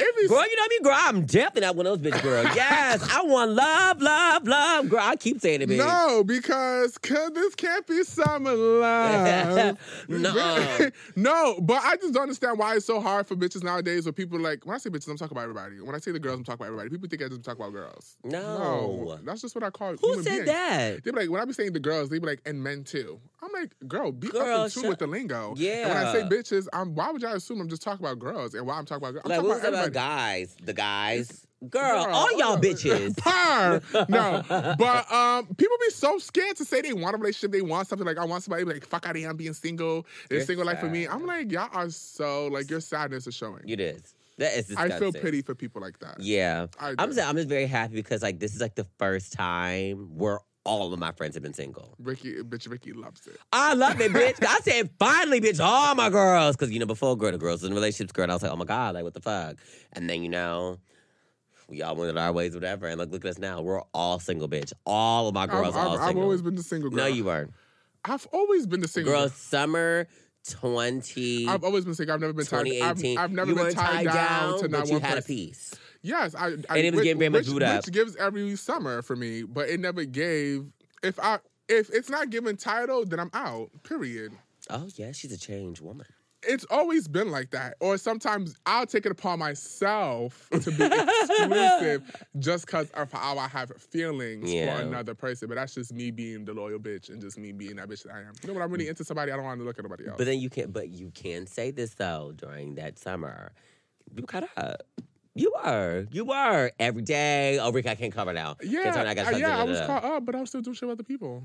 if Girl, you know me, girl. I'm definitely not one of those bitch girls. Yes, I want love, love, love. Girl, I keep saying it, it's bitch. no, because cause this can't be summer love. Nuh-uh. no, but I just don't understand why it's so hard for bitches nowadays. Where people like when I say bitches, I'm talking about everybody. When I say the girls, I'm talking about everybody. People think I just talk about girls. No. that's just what I call. Who human said beings. that? They be like, when I be saying the girls, they be like, and men too. I'm like, girl, be Girl, up in tune shut- with the lingo. And when I say Yeah. bitches, I'm, why would y'all assume I'm just talking about girls? And why I'm talking about girls? I'm Like, talking what's about about, about everybody. guys? The guys? Girl, Girl, all y'all uh, bitches. Par. No, but um, people be so scared to say they want a relationship. They want something like I want somebody like fuck out of here. I'm being single. It's You're single life for me. sad. I'm like y'all are so like your sadness is showing. It is. That is I disgusting. feel pity for people like that. Yeah. I I'm do. just, I'm just very happy because like this is like the first time where all of my friends have been single. Ricky, bitch, Ricky loves it. I love it, bitch. I said finally, bitch, all my girls. Cause you know, before girl to girls in relationships, girl, and I was like, oh my God, like what the fuck? And then you know, we all went our ways, whatever. And like look at us now. We're all single, bitch. All of my I've, girls are all I've, I've single. always been the single girl. No, you weren't. I've always been the single Girl, summer 20. I've always been sick. I've never been tied. I've, 2018. I've never you been weren't tied, down, to not but you one had a person. piece. Yes, I. I And it was which- getting very much which, booed up. which gives every summer for me, but it never gave. If I if it's not given title, then I'm out. Period. Oh yeah, she's a changed woman. It's always been like that. Or sometimes I'll take it upon myself to be exclusive just because of how I have feelings Yeah. for another person. But that's just me being the loyal bitch and just me being that bitch that I am. You know when I'm really into somebody, I don't want to look at nobody else. Mm. But then you can but you can say this though during that summer. You cut up. You were. You were. Every day. Oh Rick, I can't cover now. Can't yeah, cover now, I gotta I- stop- yeah, I was da-da-da. caught up, but I was still doing shit with other people.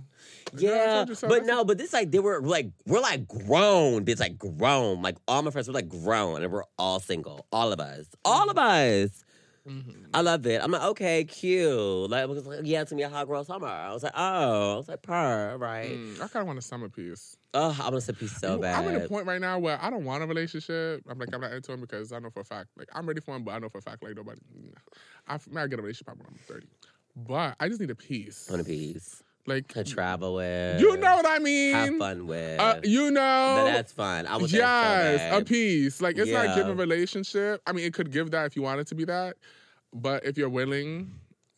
Girl, I Yeah. told you so. But That's- no, but this like they were like we're like grown, bitch, like grown. Like all my friends were like grown and we're all single. All of us. All of Mm-hmm. us. Mhm. I love it. I'm like, okay, cute. Like, because, like, yeah, it's gonna be a hot girl summer. I was like, oh, I was like, purr, right? Mm, I kind of want a summer piece. Oh, I want to piece so Ooh, bad. I'm at a point right now where I don't want a relationship. I'm like, I'm not into him because I know for a fact, like, I'm ready for one, but I know for a fact, like, nobody. Nah. I might get a relationship probably when I'm 30. But I just need a piece. I want a piece Like, to travel with. you know what I mean? have fun with. Uh, you No, know. that's fun. I was Yes, a piece. Like, it's Yeah. not giving relationship. I mean, it could give that if you want it to be that. But if you're willing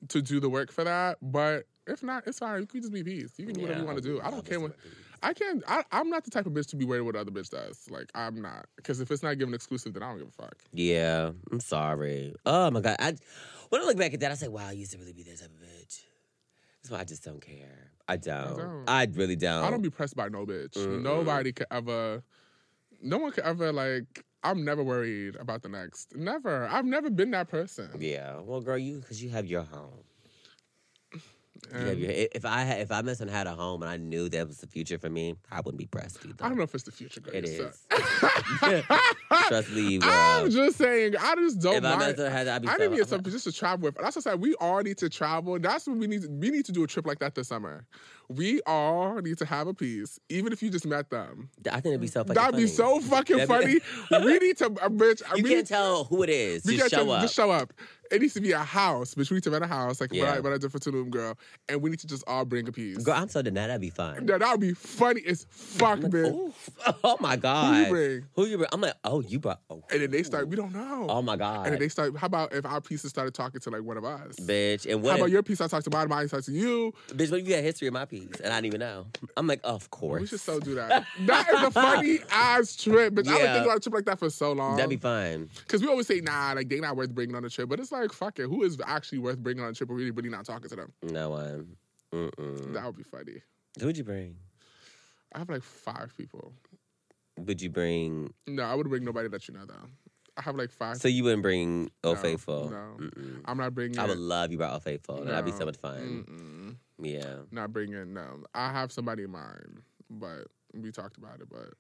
to do the work for that, but if not, it's fine. You can just be peace. You can do whatever you want to do. I don't care what. I can't. I, I'm not the type of bitch to be worried what the other bitch does. Like I'm not, because if it's not given exclusive, then I don't give a fuck. Yeah, I'm sorry. Oh my god. I when I look back at that, I say, wow, I used to really be that type of bitch. That's why I just don't care. I don't. I, don't. really don't. I don't be pressed by no bitch. Mm-mm. Nobody mm. could ever. No one could ever like. I'm never worried about the next. Never. I've never been that person. Yeah. Well, girl, you because you have your home. You have And your, if I had, if I must have had a home and I knew that was the future for me, I wouldn't be pressed either. I don't know if it's the future. Girl, It you is. suck. Trust me, I'm girl. just saying. I just don't If I must mind. have had, I'd be I so- need to get something just to travel with. That's what I said. We all need to travel. That's what we need. we need to do a trip like that this summer. We all need to have a piece, even if you just met them. I think it'd be so fucking That'd be funny. so fucking That'd be- funny. we need to, uh, bitch. You we can't need- tell who it is. we Just got show to up. just show up. It needs to be a house, bitch. We need to rent a house, like Yeah. what, I, what I did for Tulum, girl. And we need to just all bring a piece. Girl, I'm so denied. That'd be fun. Now, that would be funny as fuck, I'm like, bitch. "Oof." Oh my god. bring? Who you bring? I'm like, oh, you brought. Oh, And then they start, we don't know. Oh my god. and then they start, how about if our pieces started talking to like one of us? bitch. And How what? about if- your piece? I talked to mine, mine talked to you. bitch, what if you had history of my piece and I didn't even know? I'm like, of course. We should so do that. that is a funny ass trip, bitch. I've been Yeah. thinking about a trip like that for so long. That'd be fun. Because we always say, nah, like they not worth bringing on a trip. But it's like, fuck it. Who is actually worth bringing on a trip or really, really not talking to them? No one. Mm-mm. That would be funny. Who'd you bring? I have like five people. Would you bring? No, I would bring nobody that you know, though. I have like five. So you wouldn't bring Old No, Faithful? no. Mm-mm. I'm not bringing. I it. would love you brought Old Faithful. That'd be so No. Mm. much fun. Mm-mm. Yeah. Not bringing. No, I have somebody in mind, but we talked about it. But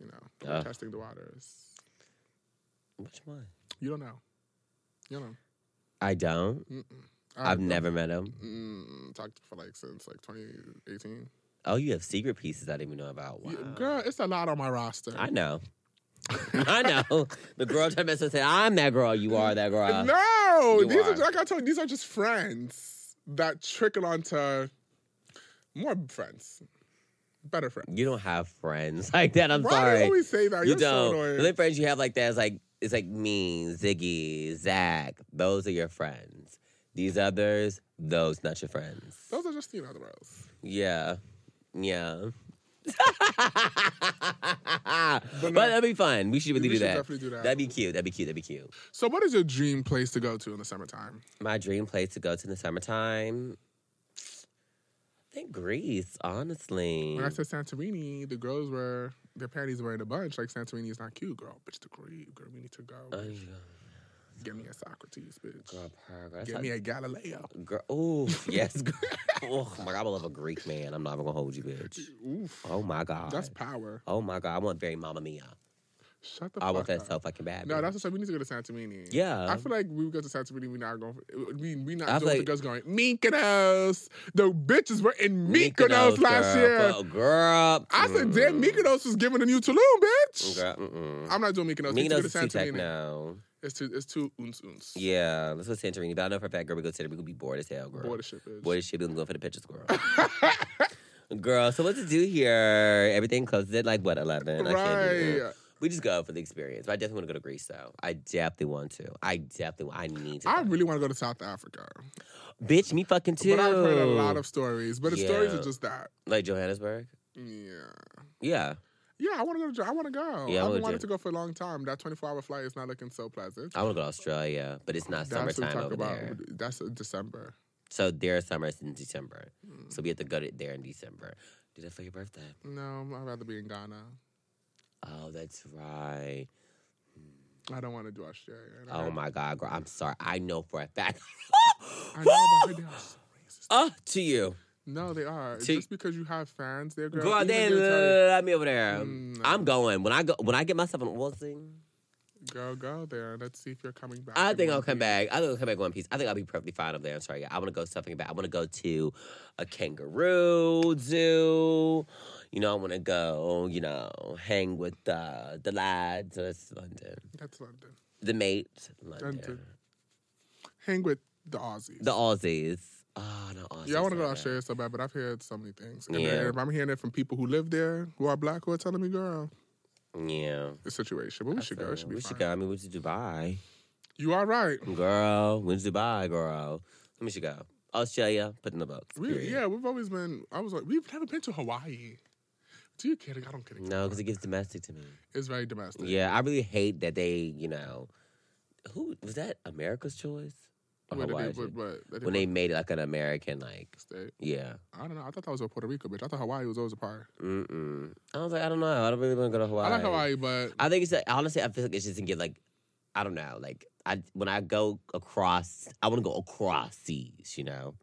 you know, we're Oh. testing the waters. Which one? You don't know. You don't know. I don't. Mm-mm. I I've don't- never met him. mm, talked for like since like 2018. Oh, you have secret pieces I didn't even know about. Wow. Yeah, girl, it's a lot on my roster. I know. I know. The girl turned message said, I'm that girl. You are that girl. no, you these are. are. like I told you, these are just friends that trickle onto more friends, better friends. You don't have friends like that. I'm Why do you sorry. always say that? You You're so don't. the annoying. only friends you have like that is like it's like me, Ziggy, Zach. Those are your friends. These others, those not your friends. Those are just you know the rules. Yeah. Yeah. no. but that'd be fun. We should really we do should that. definitely do that. That'd be cute. That'd be cute. That'd be cute. So, what is your dream place to go to in the summertime? My dream place to go to in the summertime. I think Greece, honestly. When I said Santorini, the girls were their panties were in a bunch. Like Santorini is not cute, girl. Bitch, the Greek girl, we need to go. Oh, yeah. Get me a Socrates, bitch. Girl, Parker. That's Get how- me a Galileo. Girl, oh yes, girl. oh my god, I love a Greek man. I'm not even gonna hold you, bitch. Oof, Oh my god. that's power. oh my god, I want very Mamma Mia. Shut the I fuck want that up. so fucking bad. No, bitch. that's what I said. We need to go to Santorini. Yeah. I feel like we go to Santorini, we not going. For, we we not doing I what the like- girls going Mykonos. The bitches were in Mykonos, last girl, Mm. year. Girl, girl. I said, damn, mm-mm. Mykonos was giving a new Tulum, bitch. Girl, mm-mm. I'm not doing Mykonos. We need to go to Mykonos is too tech Santorini. now. It's too it's too uns uns. Yeah, let's go to Santorini. But I know for a fact, girl, we go to Santorini, we could be bored as hell, girl. Boy, the shit, bitch. Boy, this shit been going for the pictures, girl. girl, so what to do here? Everything closes at like what eleven? I can't do that. right. We just go for the experience. But I definitely want to go to Greece, though. I definitely want to. I definitely. I need to. I go. really want to go to South Africa, Bitch, me fucking too. but I've heard a lot of stories. But the stories Yeah. are just that. like Johannesburg. Yeah. Yeah, Yeah, I want to go. to- I want to go. Yeah, I I've wanna been wanting do- to go for a long time. That 24 hour flight is not looking so pleasant. I want to go to Australia, but it's not That's what summertime talk over about. there. That's in December. So their summer is in December. So we have to go to there in December. Do that for your birthday. No, I'd rather be in Ghana. Oh, that's right. I don't want to do Australia. And I Oh heard- my God, girl. I'm sorry. I know for a fact. I know, but I heard they are so racist. Oh, to you. No, they are. It's See- Just because you have fans, there, girl. Girl, even they'll they tell you, love me over there. um, Mm, I'm no. going. When I go when I get myself an oil thing. girl, go there. Let's see if you're coming back. I in think one I'll come piece. back. I think I'll come back in one piece. I think I'll be perfectly fine over there. I'm sorry. I want to go something about. I want to go to a kangaroo zoo. You know, I want to go. You know, hang with uh, the lads. So that's London. That's London. The mates, London. London. Hang with the Aussies. The Aussies. Oh, the Aussies. yeah, I want to go to love it. Australia so bad, but I've heard so many things. And Yeah. then if I'm hearing it from people who live there, who are black, who are telling me, girl, Yeah, the situation. But we should go. It should be we fine. should go. I mean, we should Dubai, You are right. girl. We should Dubai, girl. We should go. Australia, put in the box. We, period. yeah, we've always been. I was like, we've never been to Hawaii. Do you kidding? I don't kidding. No, because it gets domestic to me. it's very domestic. Yeah, I really hate that they, you know, who was that? America's Choice or What, Hawaii's did they, what, Choice? what, did when they made it like an American, like, state? yeah. I don't know. I thought that was a Puerto Rico bitch. I thought Hawaii was always a part. Mm-mm. I was like, I don't know. I don't really want to go to Hawaii. I like Hawaii, but I think it's like, honestly, I feel like it's just to get like, I don't know, like I when I go across, I want to go across seas. You know,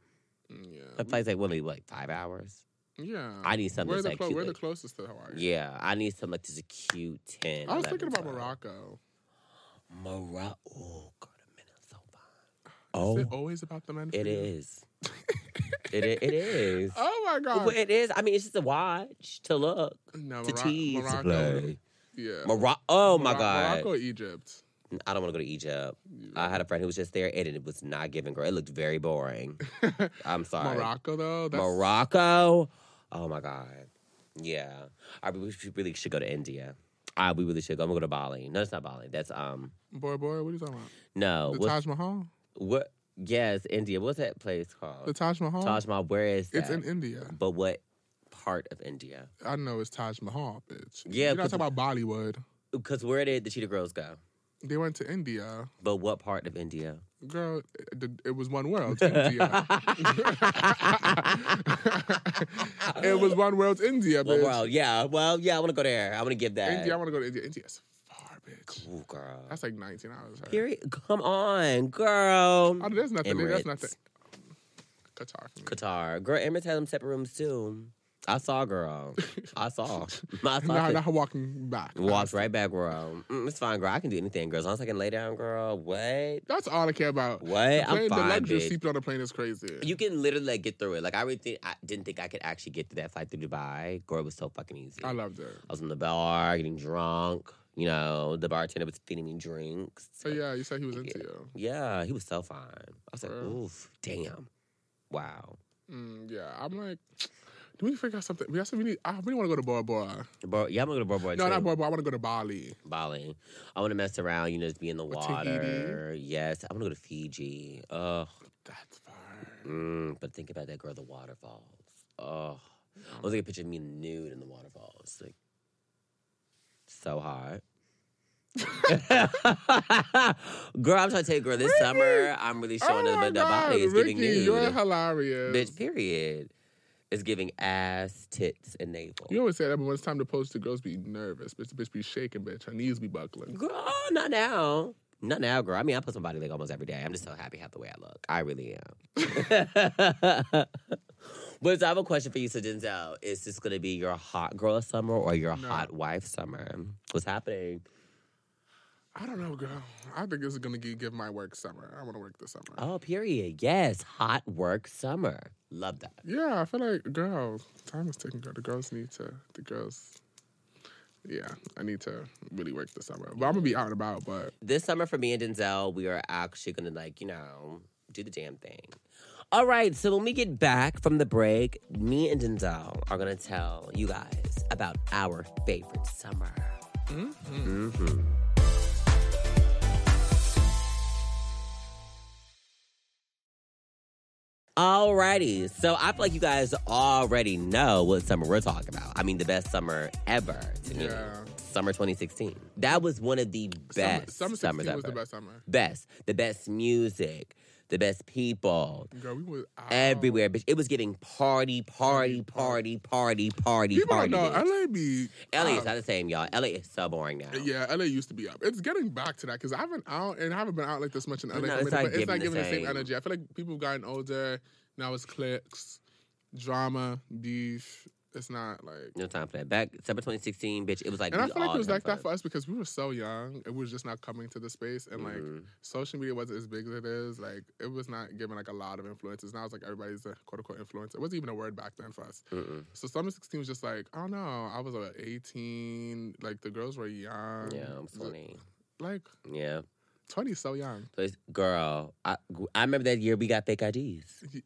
mm, yeah, that place like what, maybe like five hours. yeah. I need something we're that's the, like clo- cute. we're the like- closest to Hawaii. yeah, I need something like just a cute ten. I was 11, thinking about 12. Morocco. Morocco. Oh, girl, the men are so fine. Is Oh, it always about the men? for It you? is. it, i- it is. Oh my god. Well, it is. I mean, it's just a watch to look, no, to Moro- tease, to Morocco. play. Yeah. Morocco. Oh my Moro- God. Morocco, Egypt. I don't want to go to Egypt. Yeah. I had a friend who was just there, and it was not giving, girl. It looked very boring. I'm sorry. Morocco though. That's, Morocco? Oh my God. Yeah. I we should- really should go to India. I, we really should go. I'm gonna go to Bali. No, it's not Bali. That's um boy, boy. What are you talking about? no. The uh, what's- Taj Mahal. what? Yes, India. What's that place The called? Taj Mahal. Taj Mahal. Where is that? It's in India. But what part of India? I know it's Taj Mahal, bitch. Yeah, you're not 'cause- talking about Bollywood. Because where did the Cheetah Girls go? They went to India, But what part of India? girl. It, it- it was one world, India. it was one world, India, Well, bitch. well, yeah. Well, yeah. I want to go there. I want to give that. India. I want to go to India. India's far, bitch. Ooh, girl. That's like 19 hours. Her. Period. Come on, girl. Oh, there's nothing. There's Emirates. nothing. Qatar. For me. Qatar. Girl, Emirates had them separate rooms too. I saw, girl. I saw. I saw. Now, now her walking back. Walked right back, girl. Mm, it's fine, girl. I can do anything, girl. As long as I can lay down, girl. What? That's all I care about. What? The plane, I'm the fine, luxury bitch. seat on the plane is crazy. You can literally like get through it. Like I really think, I didn't think I could actually get through that flight through Dubai. Girl, it was so fucking easy. I loved it. I was in the bar getting drunk. You know, the bartender was feeding me drinks. So Oh, yeah, you said he was into Yeah. you. Yeah, he was so fine. I was like, Bruh. oof, damn. Wow. Mm, yeah, I'm like, do we figure out something? We also we need. I really want to go to Bora Bora. Bro, yeah, I'm gonna go to Bora Bora No, too. not Bora Bora. I want to go to Bali. Bali. I wanna mess around, you know, just be in the Tahiti. water. Yes, I wanna go to Fiji. Ugh. That's far. Mm, but think about that girl, the waterfalls. Oh, I was like a picture of me nude in the waterfalls. Like, so hot. girl, I'm trying to tell you, girl, this summer, I'm really showing oh the, my the God, body is Ricky, giving nude. you're hilarious. Bitch, period. It's giving ass, tits, and navel. You always say that, but when it's time to post, the girls be nervous. Bitch, the bitch be shaking. Bitch, her knees be buckling. Girl, oh, not now. Not now, girl. I mean, I post my body like almost every day. I'm just so happy how the way I look. I really am. but so I have a question for you, so Denzel. Is this going to be your hot girl summer or your No. hot wife summer? What's happening? I don't know, girl. I think this is gonna gi- give my work summer. I want to work this summer. Oh, period. Yes, hot work summer. Love that. Yeah, I feel like, girl, time is taking. Girl, the girls need to. The girls. Yeah, I need to really work this summer. But I'm gonna be out and about. But This summer for me and Denzel, we are actually going to, like, you know, do the damn thing. All right, so when we get back from the break, me and Denzel are going to tell you guys about our favorite summer. Mm-hmm. Alrighty, so I feel like you guys already know what summer we're talking about. I mean, the best summer ever. To me. Yeah. Summer 2016. That was one of the best summer, summer 16 summers was ever. the best summer. Best. The best music, the best people, Girl, we was out. everywhere, bitch. It was giving party, party, Party, party, party, party, People party. don't know LA bitch. be. LA is up. not the same, y'all. LA is so boring now. Yeah, LA used to be up. It's getting back to that because I haven't out and I haven't been out like this much in LA. No, for a it's minute, not but it's giving not the giving the same same. energy. I feel like people have gotten older. Now it's clicks, drama, beef. It's not like. No time for that. Back September 2016, bitch, it was like And I we feel like all it was had like that fun. for us because we were so young. It was just not coming to the space, and like Mhm. social media wasn't as big as it is. Like it was not giving like a lot of influences. Now it's like everybody's a quote unquote influencer. It wasn't even a word back then for us. Mm-mm. So summer sixteen was just like I don't know. I was like eighteen. Like the girls were young. Yeah, I'm 20. Like Yeah. twenty, is so young. So it's, girl, I, I remember that year we got fake IDs.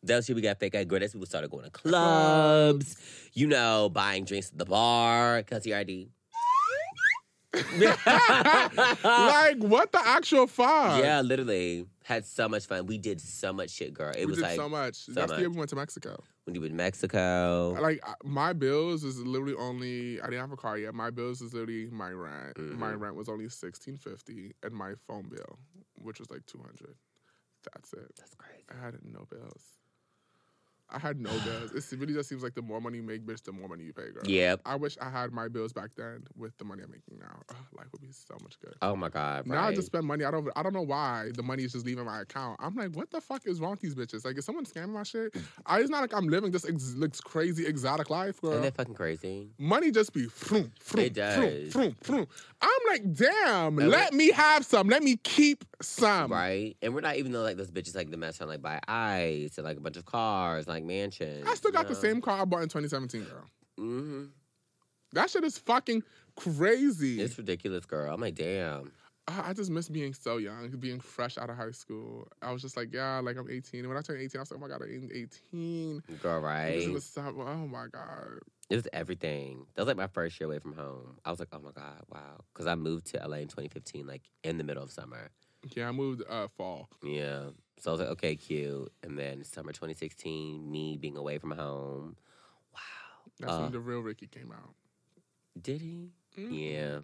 That's year we got fake IDs. Girl, that's when we started going to clubs, you know, buying drinks at the bar, cause your ID. yeah, like what the actual fuck? literally. Had so much fun. We did so much shit, girl. It we was did like so much. That's the much. Oh. year we went to Mexico. when you were in Mexico. Like I- my bills is literally only. I didn't have a car yet. My bills is literally my rent. My Mhm. rent was only sixteen fifty, and my phone bill, which was like two hundred. That's it. That's crazy. I had no bills. I had no bills. It really just seems like the more money you make, bitch, the more money you pay, girl. Yep. I wish I had my bills back then with the money I'm making now. Ugh, life would be so much good. Oh my God. Now I right. just spend money. I don't. I don't know why the money is just leaving my account. I'm like, what the fuck is wrong with these bitches? Like, is someone scamming my shit? I, it's not like I'm living this ex- looks crazy exotic life, Isn't girl. that fucking crazy? Money just be froom, froom, It does. froom, froom, froom. I'm like, damn. That let me have some. Let me keep some. right? And we're not even though like those bitches like the mess trying to, like buy ice and like a bunch of cars, like mansions. I still got the same car I bought in 2017, girl. hmm That shit is fucking crazy. It's ridiculous, girl. I'm like, damn. I I just miss being so young, being fresh out of high school. I was just like, yeah, like I'm 18. And when I turned 18, I was like, oh my God, I'm 18. Girl, right? This was so, oh my God. It was everything. That was like my first year away from home. I was like, oh my God, wow. Because I moved to LA in 2015, like in the middle of summer. Yeah, I moved uh, fall. Yeah. So I was like, okay, cute. And then summer 2016, me being away from home. Wow. That's Uh. when the real Ricky came out. Did he? Mm. Yeah.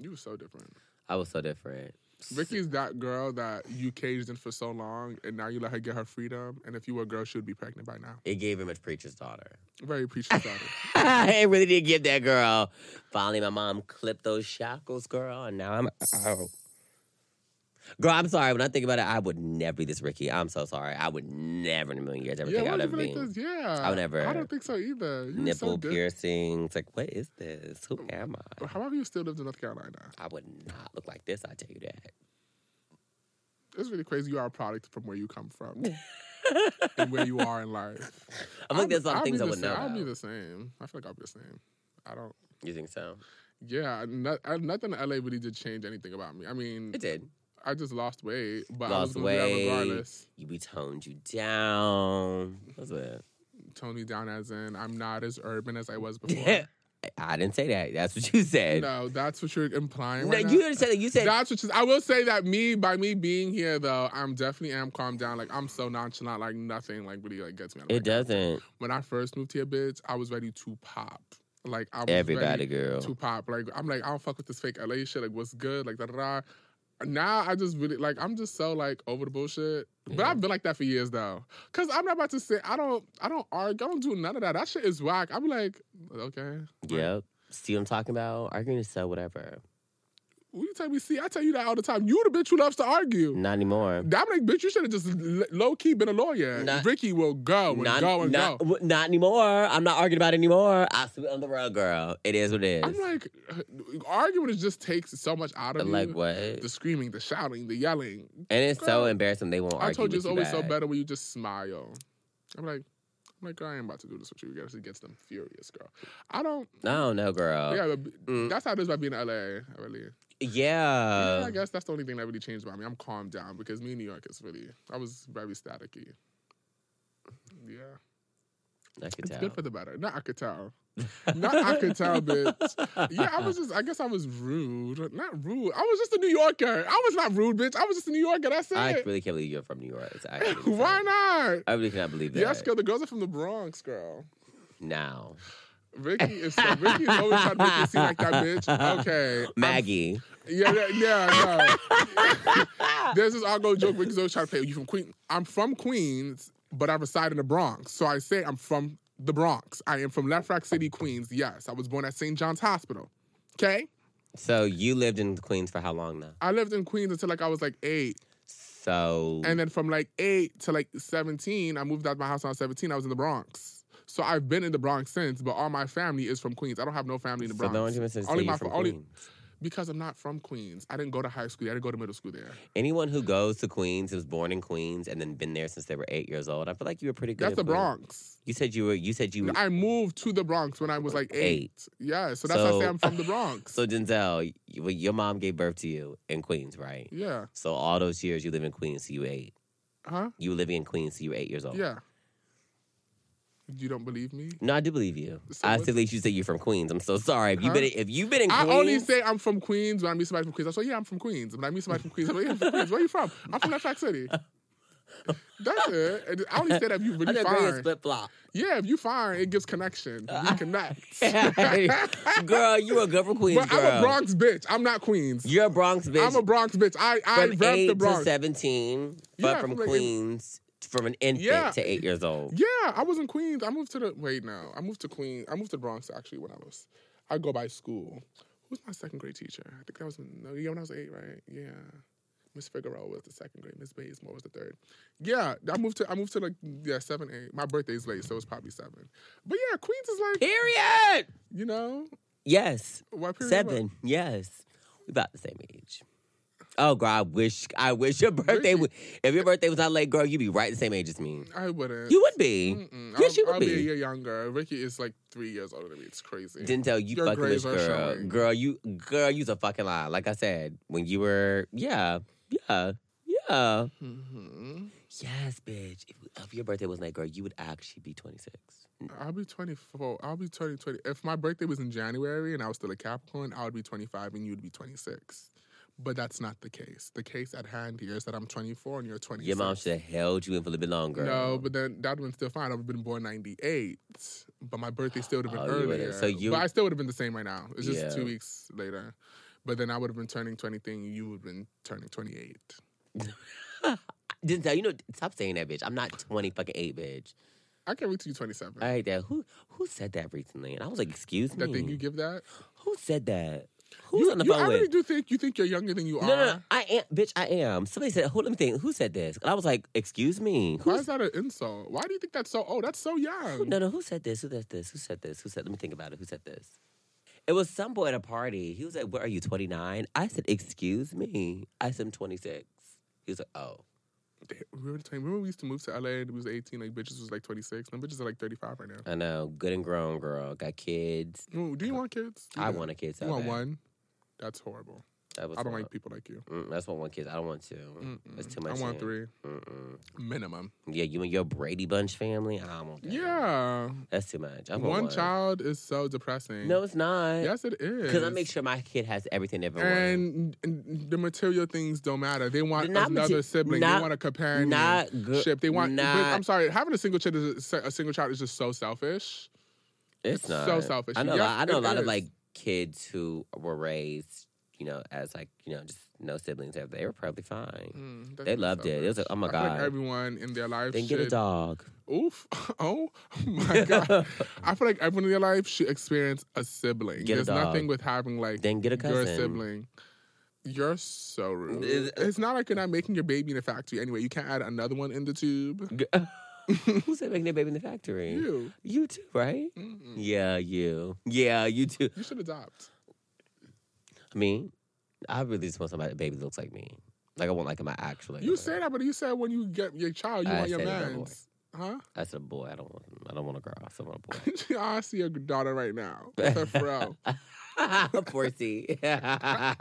You were so different. I was so different. tips. Vicky's that girl that you caged in for so long, and now you let her get her freedom. And if you were a girl, she would be pregnant by now. It gave him a preacher's daughter. Very preacher's daughter. it really did give that girl. Finally, my mom clipped those shackles, girl, and now I'm out. Girl, I'm sorry. When I think about it, I would never be this Ricky. I'm so sorry. I would never in a million years ever yeah, think I why would you ever be be. like this? Yeah, I would never- I don't think so either. You were Nipple so dis- piercings. Like, what is this? Who am I? How have you still lived in North Carolina? I would not look like this, I tell you that. It's really crazy. You are a product from where you come from and where you are in life. I think there's some I'll be things I the would same. know. I'll be about. the same. I feel like I'll be the same. I don't. You think so? Yeah, I- no, I, nothing in LA really did change anything about me. I mean, It did. I just lost weight, but I was Lost gonna do that weight. regardless. You we toned you down. That's what. Tone me down as in I'm not as urban as I was I before. I didn't say that. That's what you said. no, that's what you're implying. No, right you now. didn't say that. You said That's what she's, I will say that me by me being here though, I'm definitely am calmed down. Like I'm so nonchalant, like nothing like really like gets me. Out of my it doesn't. when I first moved here, bitch, I was ready to pop. Like I was Everybody, ready girl. to pop. Like I'm like I don't fuck with this fake LA shit. Like what's good? Like da da da. Now I just really like I'm just so like over the bullshit. But Yeah. I've been like that for years though. Cause I'm not about to say I don't I don't argue. I don't do none of that. That shit is whack. I'm like okay. Yep. See what I'm talking about? Arguing is so whatever. What you tell me? See, I tell you that all the time. You the bitch who loves to argue. Not anymore. Dominic, bitch, you should have just low key been a lawyer. Not- Ricky will go and Not, go and not, go. w- not anymore. I'm not arguing about it anymore. I swear on the rug, girl. It is what it I'm is. like, uh, arguing it just takes so much out of but you. like what? the screaming, the shouting, the yelling. and it's so girl, embarrassing they won't argue. I told you with it's always so back. better when you just smile. I'm like, I'm like, girl, I ain't about to do this with you. It gets- It gets them furious, girl. I don't. No, no, girl. Yeah, but Mm. that's how it is by being in LA. Really, Yeah. yeah, I guess that's the only thing that really changed about me. I'm calmed down because me in New York is really. I was very staticky. Yeah, I could it's tell. good for the better. Not I could tell. Not I could tell, bitch. Yeah, I was just. I guess I was rude. Not rude. I was just a New Yorker. I was not rude, bitch. I was just a New Yorker. That's it. I really can't believe you're from New York. It's actually Why insane. not? I really cannot believe that. Yes, girl. The girls are from the Bronx, girl. Now, Ricky is so, Ricky is always trying to make me seem like that bitch. Okay, Maggie. yeah, yeah, yeah. No. There's this ongoing joke. Ricky's always trying to play. You from Queens? I'm from Queens, but I reside in the Bronx. So I say I'm from the Bronx. I am from Left Rock City, Queens. Yes, I was born at St. John's Hospital. Okay, so you lived in Queens for how long now? I lived in Queens until like I was like eight, So and then from like eight to like seventeen, I moved out of my house when I was seventeen. I was in the Bronx. So I've been in the Bronx since, but all my family is from Queens. I don't have no family in the so Bronx. no one even says Only you're my from fa- only- Queens. Because I'm not from Queens. I didn't go to high school. I didn't go to middle school there. Anyone who goes to Queens, who was born in Queens, and then been there since they were eight years old, I feel like you were pretty good. That's in the Queens. Bronx. You said you were. You said you. I moved to the Bronx when I was like eight. Yeah, so that's So- why I say I'm from the Bronx. so Denzel, you, well, your mom gave birth to you in Queens, right? yeah. So all those years you live in Queens, so you eight. Huh? You were living in Queens, so you were eight years old. Yeah. You don't believe me? No, I do believe you. So I what's- still believe you say you're from Queens. I'm so sorry. If you've Huh? been if you've been in Queens, I only say I'm from Queens when I meet somebody from Queens. I say, "Oh, yeah, I'm from Queens. When I meet somebody from Queens, I'm like, yeah, I'm from Queens. Where you from? I'm from Left Rock City. That's it. And I only say that if you really I'm fine. flip flop. Yeah, if you fine, it gives connection. We connect. girl, you a girl from Queens, But girl. I'm a Bronx bitch. I'm not Queens. You're a Bronx bitch. I'm a Bronx bitch. I I from rep eight the to Bronx. seventeen, but Yeah, from from like- Queens, from an infant Yeah. to eight years old. Yeah, I was in Queens. I moved to the wait no. I moved to Queens. I moved to the Bronx actually when I was I go by school. Who's my second grade teacher? I think that was no yeah when I was eight, right? Yeah. Miss Figueroa was the second grade. Miss Baysmore was the third. Yeah, I moved to I moved to like yeah seven eight. My birthday's late, so it's probably seven. But yeah, Queens is like Period. you know Yes, what period was- seven. Yes, we about the same age. Oh, girl, I wish I wish your birthday would. If your birthday was not late, girl, you'd be right the same age as me. I wouldn't. You would be. Mm-mm. Yes, I'll, you would I'll be. be a year younger. Ricky is like three years older than me. It's crazy. Didn't tell you Your fucking wish, grades are girl. showing. Girl, you girl, you's a fucking lie. Like I said, when you were yeah, yeah, yeah. hmm Yes, bitch. If, if your birthday was late, girl, you would actually be 26. I'll be 24. I'll be 20, 20. If my birthday was in January and I was still a Capricorn, I would be 25 and you'd be 26. But that's not the case. The case at hand here is that I'm 24 and you're 26. Your mom should have held you in for a little bit longer. No, but then that would have been still fine. I would have been born 98, but my birthday still would have been Oh, you would've- earlier. so you- but I still would have been the same right now. It's just Yeah. two weeks later. But then I would have been turning 23 and you would have been turning 28. Denzel, you know, stop saying that, bitch. I'm not 20 fucking 8, bitch. I can't wait till you're 27. I hate that. Who who said that recently? And I was like, excuse me. that thing you give that? Who said that? Who's you, on the you, uh-huh. phone I with? really do think you think you're younger than you no, are. no, no, I am, bitch. I am. Somebody said, "Who?" Let me think. Who said this? And I was like, "Excuse me." Why Who? is that an insult? Why do you think that's so old? That's so young. No, no. Who said this? Who said this? Who said this? Who said? Let me think about it. Who said this? It was some boy at a party. He was like, "What are you? 29?" I said, "Excuse me." I said, "I'm 26." He was like, "Oh." Damn, we were talking, remember we used to move to LA and we was 18, like bitches was like 26. Now bitches are like 35 right now. I know, good and grown girl, got kids. Ooh, do you want kids? I Yeah. want a kid. So You want bad. one? That's horrible. That was I don't one. like Mm. people like you. Mm, that's what one kid. I don't want 2 That's too much. I want in. three Mm-mm. minimum. Yeah, you and your Brady Bunch family. I don't want that. Yeah, that's too much. I want one, child is so depressing. No, it's not. yes, it is. Because I make sure my kid has everything they ever wanted. And, and the material things don't matter. They want Not another materi- sibling. not- they want a companion. Not good. ship. They want. Not, but I'm sorry. Having a single child is a single child is just so selfish. It's it's not. so selfish. I know. a Yes, lot- I know a it lot of is. like kids who were raised, you know, as like you know, just no siblings. They were probably fine. Mm, that's They so loved it. It was selfish. like, oh my I feel like God. everyone in their life. Then get a should- dog. Oof. Oh Mm, my god. I feel like everyone in their life should experience a sibling. Get a There's nothing dog. with having like Then get a you're a cousin. sibling. You're so rude. Is- uh it's not like you're not making your baby in a factory anyway. You can't add another one in the tube. Who said making their baby in the factory? You. You too, right? Mm-mm. Mm-hmm. Yeah, Oh you. Yeah, you too. You should adopt. I mean, I really just want somebody baby that looks like me. Like I want like my actual. Like, You say that, but you said when you get your child, you I want your said it, my man's. Huh? I said a boy. I don't want. I don't want a girl. I still want a boy. I see your daughter right now. With her fro. Forty.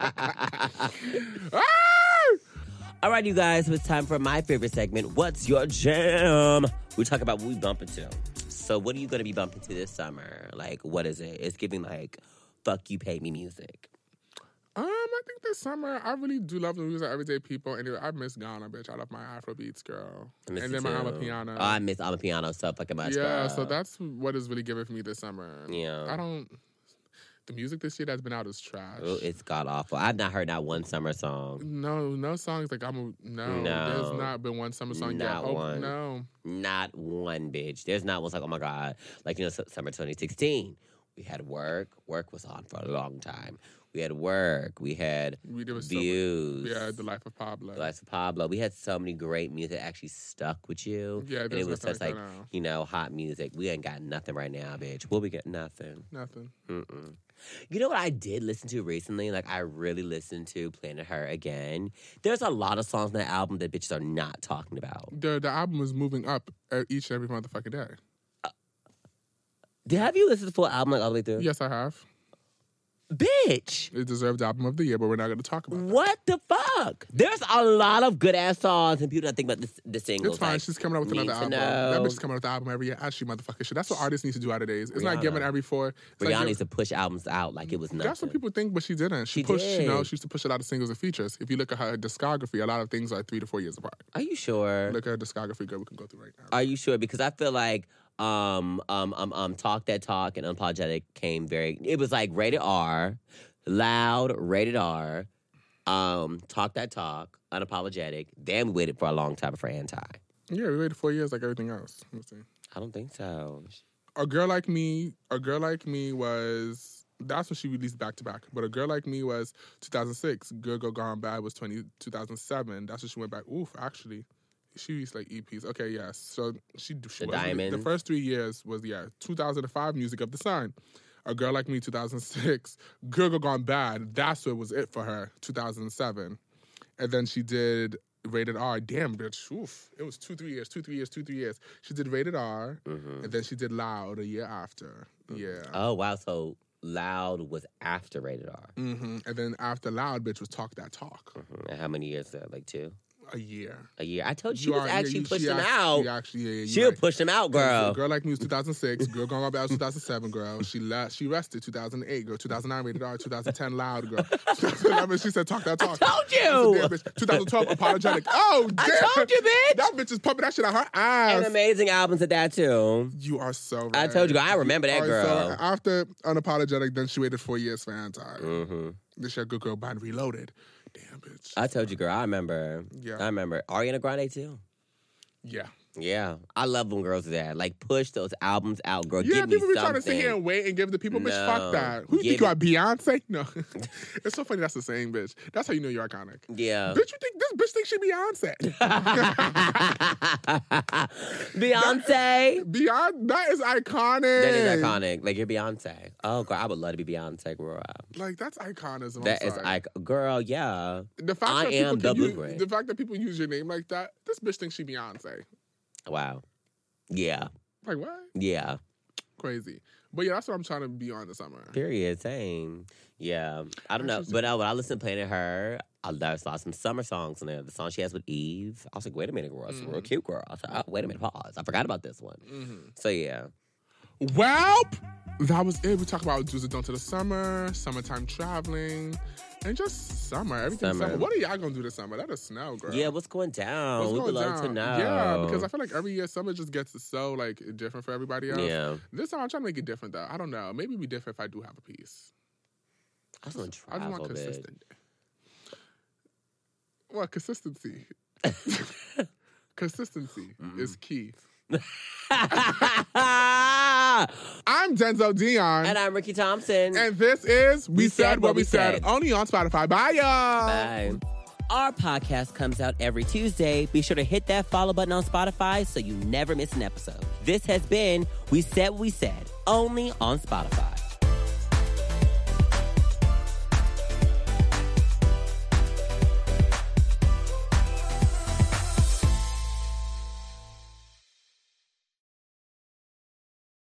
Ah! All right, you guys, it's time for my favorite segment. What's your jam? We talk about what we bumping to. So, what are you going to be bumping to this summer? Like, what is it? It's giving like, fuck you, pay me music. Um, I think this summer I really do love the music of everyday people. Anyway, I miss Ghana, bitch. I love my Afro beats, girl, I miss and it then my too. Ama Piano. Oh, I miss Ama Piano so fucking much. yeah, girl. so that's what is really giving for me this summer. Yeah. I don't. The music this year that's been out is trash. Oh, it's god awful. I've not heard not one summer song. no, no songs like I'm. A, no, No. there's not been one summer song yet. Not Oh, one. No, Not one, bitch. There's not one like, oh my god, like you know, su- summer 2016. We had work. Work was on for a long time. We had work. We had we did was so. views. Yeah, the life of Pablo. The Life of Pablo. We had so many great music that actually stuck with you. yeah, and there's it was nothing just like that now. you know, hot music. We ain't got nothing right now, bitch. Will we get nothing? Nothing. Mm-mm. You know what I did listen to recently? Like I really listened to Planet Her again. There's a lot of songs on that album that bitches are not talking about. The the album is moving up uh, each and every motherfucking day. Did have you listened to the full album like all the way through? Yes, I have. Bitch. It deserved album of the year, but we're not going to talk about that. What the fuck? There's a lot of good ass songs and people don't think about this the singles. It's fine. like, She's coming out with Need another to album. That Know. bitch is coming out with an album every year. As she motherfucking shit. That's what artists need to do nowadays. It's not giving Rihanna. every four. It's Rihanna like needs to push albums out like it was nothing. that's what people think, but she didn't. She, She pushed. did. You know, she used to push a lot of singles and features. If you look at her discography, a lot of things are three to four years apart. Are you sure? Look at her discography, girl. We can go through right now. Are you sure? Because I feel like um um um um talk that talk and unapologetic came very. It was like rated R, loud, rated R, um talk that talk, unapologetic. Then we waited for a long time for anti. yeah, we waited four years like everything else. Let's see. I don't think so. A girl like me. A girl like me was. That's when she released back to back. But a girl like me was 2006. Girl Go Gone Bad was 20, 2007. That's when she went back. Oof, actually. She released like EPs. Okay, yes. So she she The was the Diamonds. first three years was yeah 2005 music of the sign. A girl like me 2006. Girl Go Gone Bad. That's what was it for her 2007. And then she did Rated R. Damn bitch. Oof. It was two three years. Two three years. Two three years. She did Rated R. hmm And then she did Loud a year after. Yeah. Oh wow! So loud was after rated R. Mm-hmm. hmm And then after Loud, bitch was Talk That Talk. Mm-hmm. Mhm. And How many years? Is that? Like two. a year. a year. I told You you Oh, she are- was yeah, actually you- she pushing act- out. She actually, yeah, yeah, you She'll right. push him out, Yeah, so girl. Girl Like Me was 2006. Girl Gone Wild Out was 2007, girl. She la- she rested 2008, girl. 2009, Rated R. 2010, Loud, girl. 2011, she said, talk that talk. Told That's a damn you. bitch. 2012, Apologetic. Oh, damn. I told you, bitch. That bitch is pumping that shit out her And ass. amazing albums at that too. you are so right. I told you, I remember that All right, so girl. after Unapologetic, then she waited four years for Anti. hmm This year, Good Girl Band Reloaded. Damn, bitch. I told you, girl. I remember. Yeah. I remember Ariana Grande too. yeah. Yeah, I love when girls do that. Like push those albums out, girl. Yeah, Give me people be something. trying to sit here and wait and give the people, bitch, No. fuck that. Who you think Give you are, Beyonce? No. it's so funny that's the same bitch. That's how you know you're iconic. yeah. Bitch, you think this bitch thinks she Beyonce? Beyonce. Beyonce, that is iconic. That is iconic. Like you're Beyonce. Oh girl, I would love to be Beyonce, girl. Like that's iconism. That I'm is sorry. like, girl. Yeah. the fact I that am people the can Blu-ray. use, the fact that people use your name like that. This bitch thinks she Beyonce. Wow. Yeah. Like what? Yeah. Crazy. But yeah, that's what I'm trying to be on this summer. Period. Same. Yeah. I don't know. Interesting. But uh, when I listened to Planet Her, I love saw some summer songs in there. The song she has with Eve. I was like, wait a minute, girl. It's real Mhm. cute, girl. I was like, oh, wait a minute, pause. I forgot about this one. Mm-hmm. So yeah. Welp, that was it. We talked about do's and don'ts of the summer, summertime traveling, and just summer. Everything Summer. summer. What are y'all gonna do this summer? Let us know, girl. Yeah, what's going down? What's we going would love to down? know. Yeah, because I feel like every year summer just gets so like different for everybody else. Yeah. This time I'm trying to make it different though. I don't know. Maybe it'd be different if I do have a piece. I just want to I just want travel, bitch. consistent. Well, consistency. consistency is key. I'm Denzel Dion. and And, I'm Ricky Thompson. this is We, Said, What We said. Said. only on Spotify. Bye, y'all. Bye. Our podcast comes out every Tuesday. Be sure to hit that follow button on Spotify so you never miss an episode. This has been We Said What We Said, only on Spotify.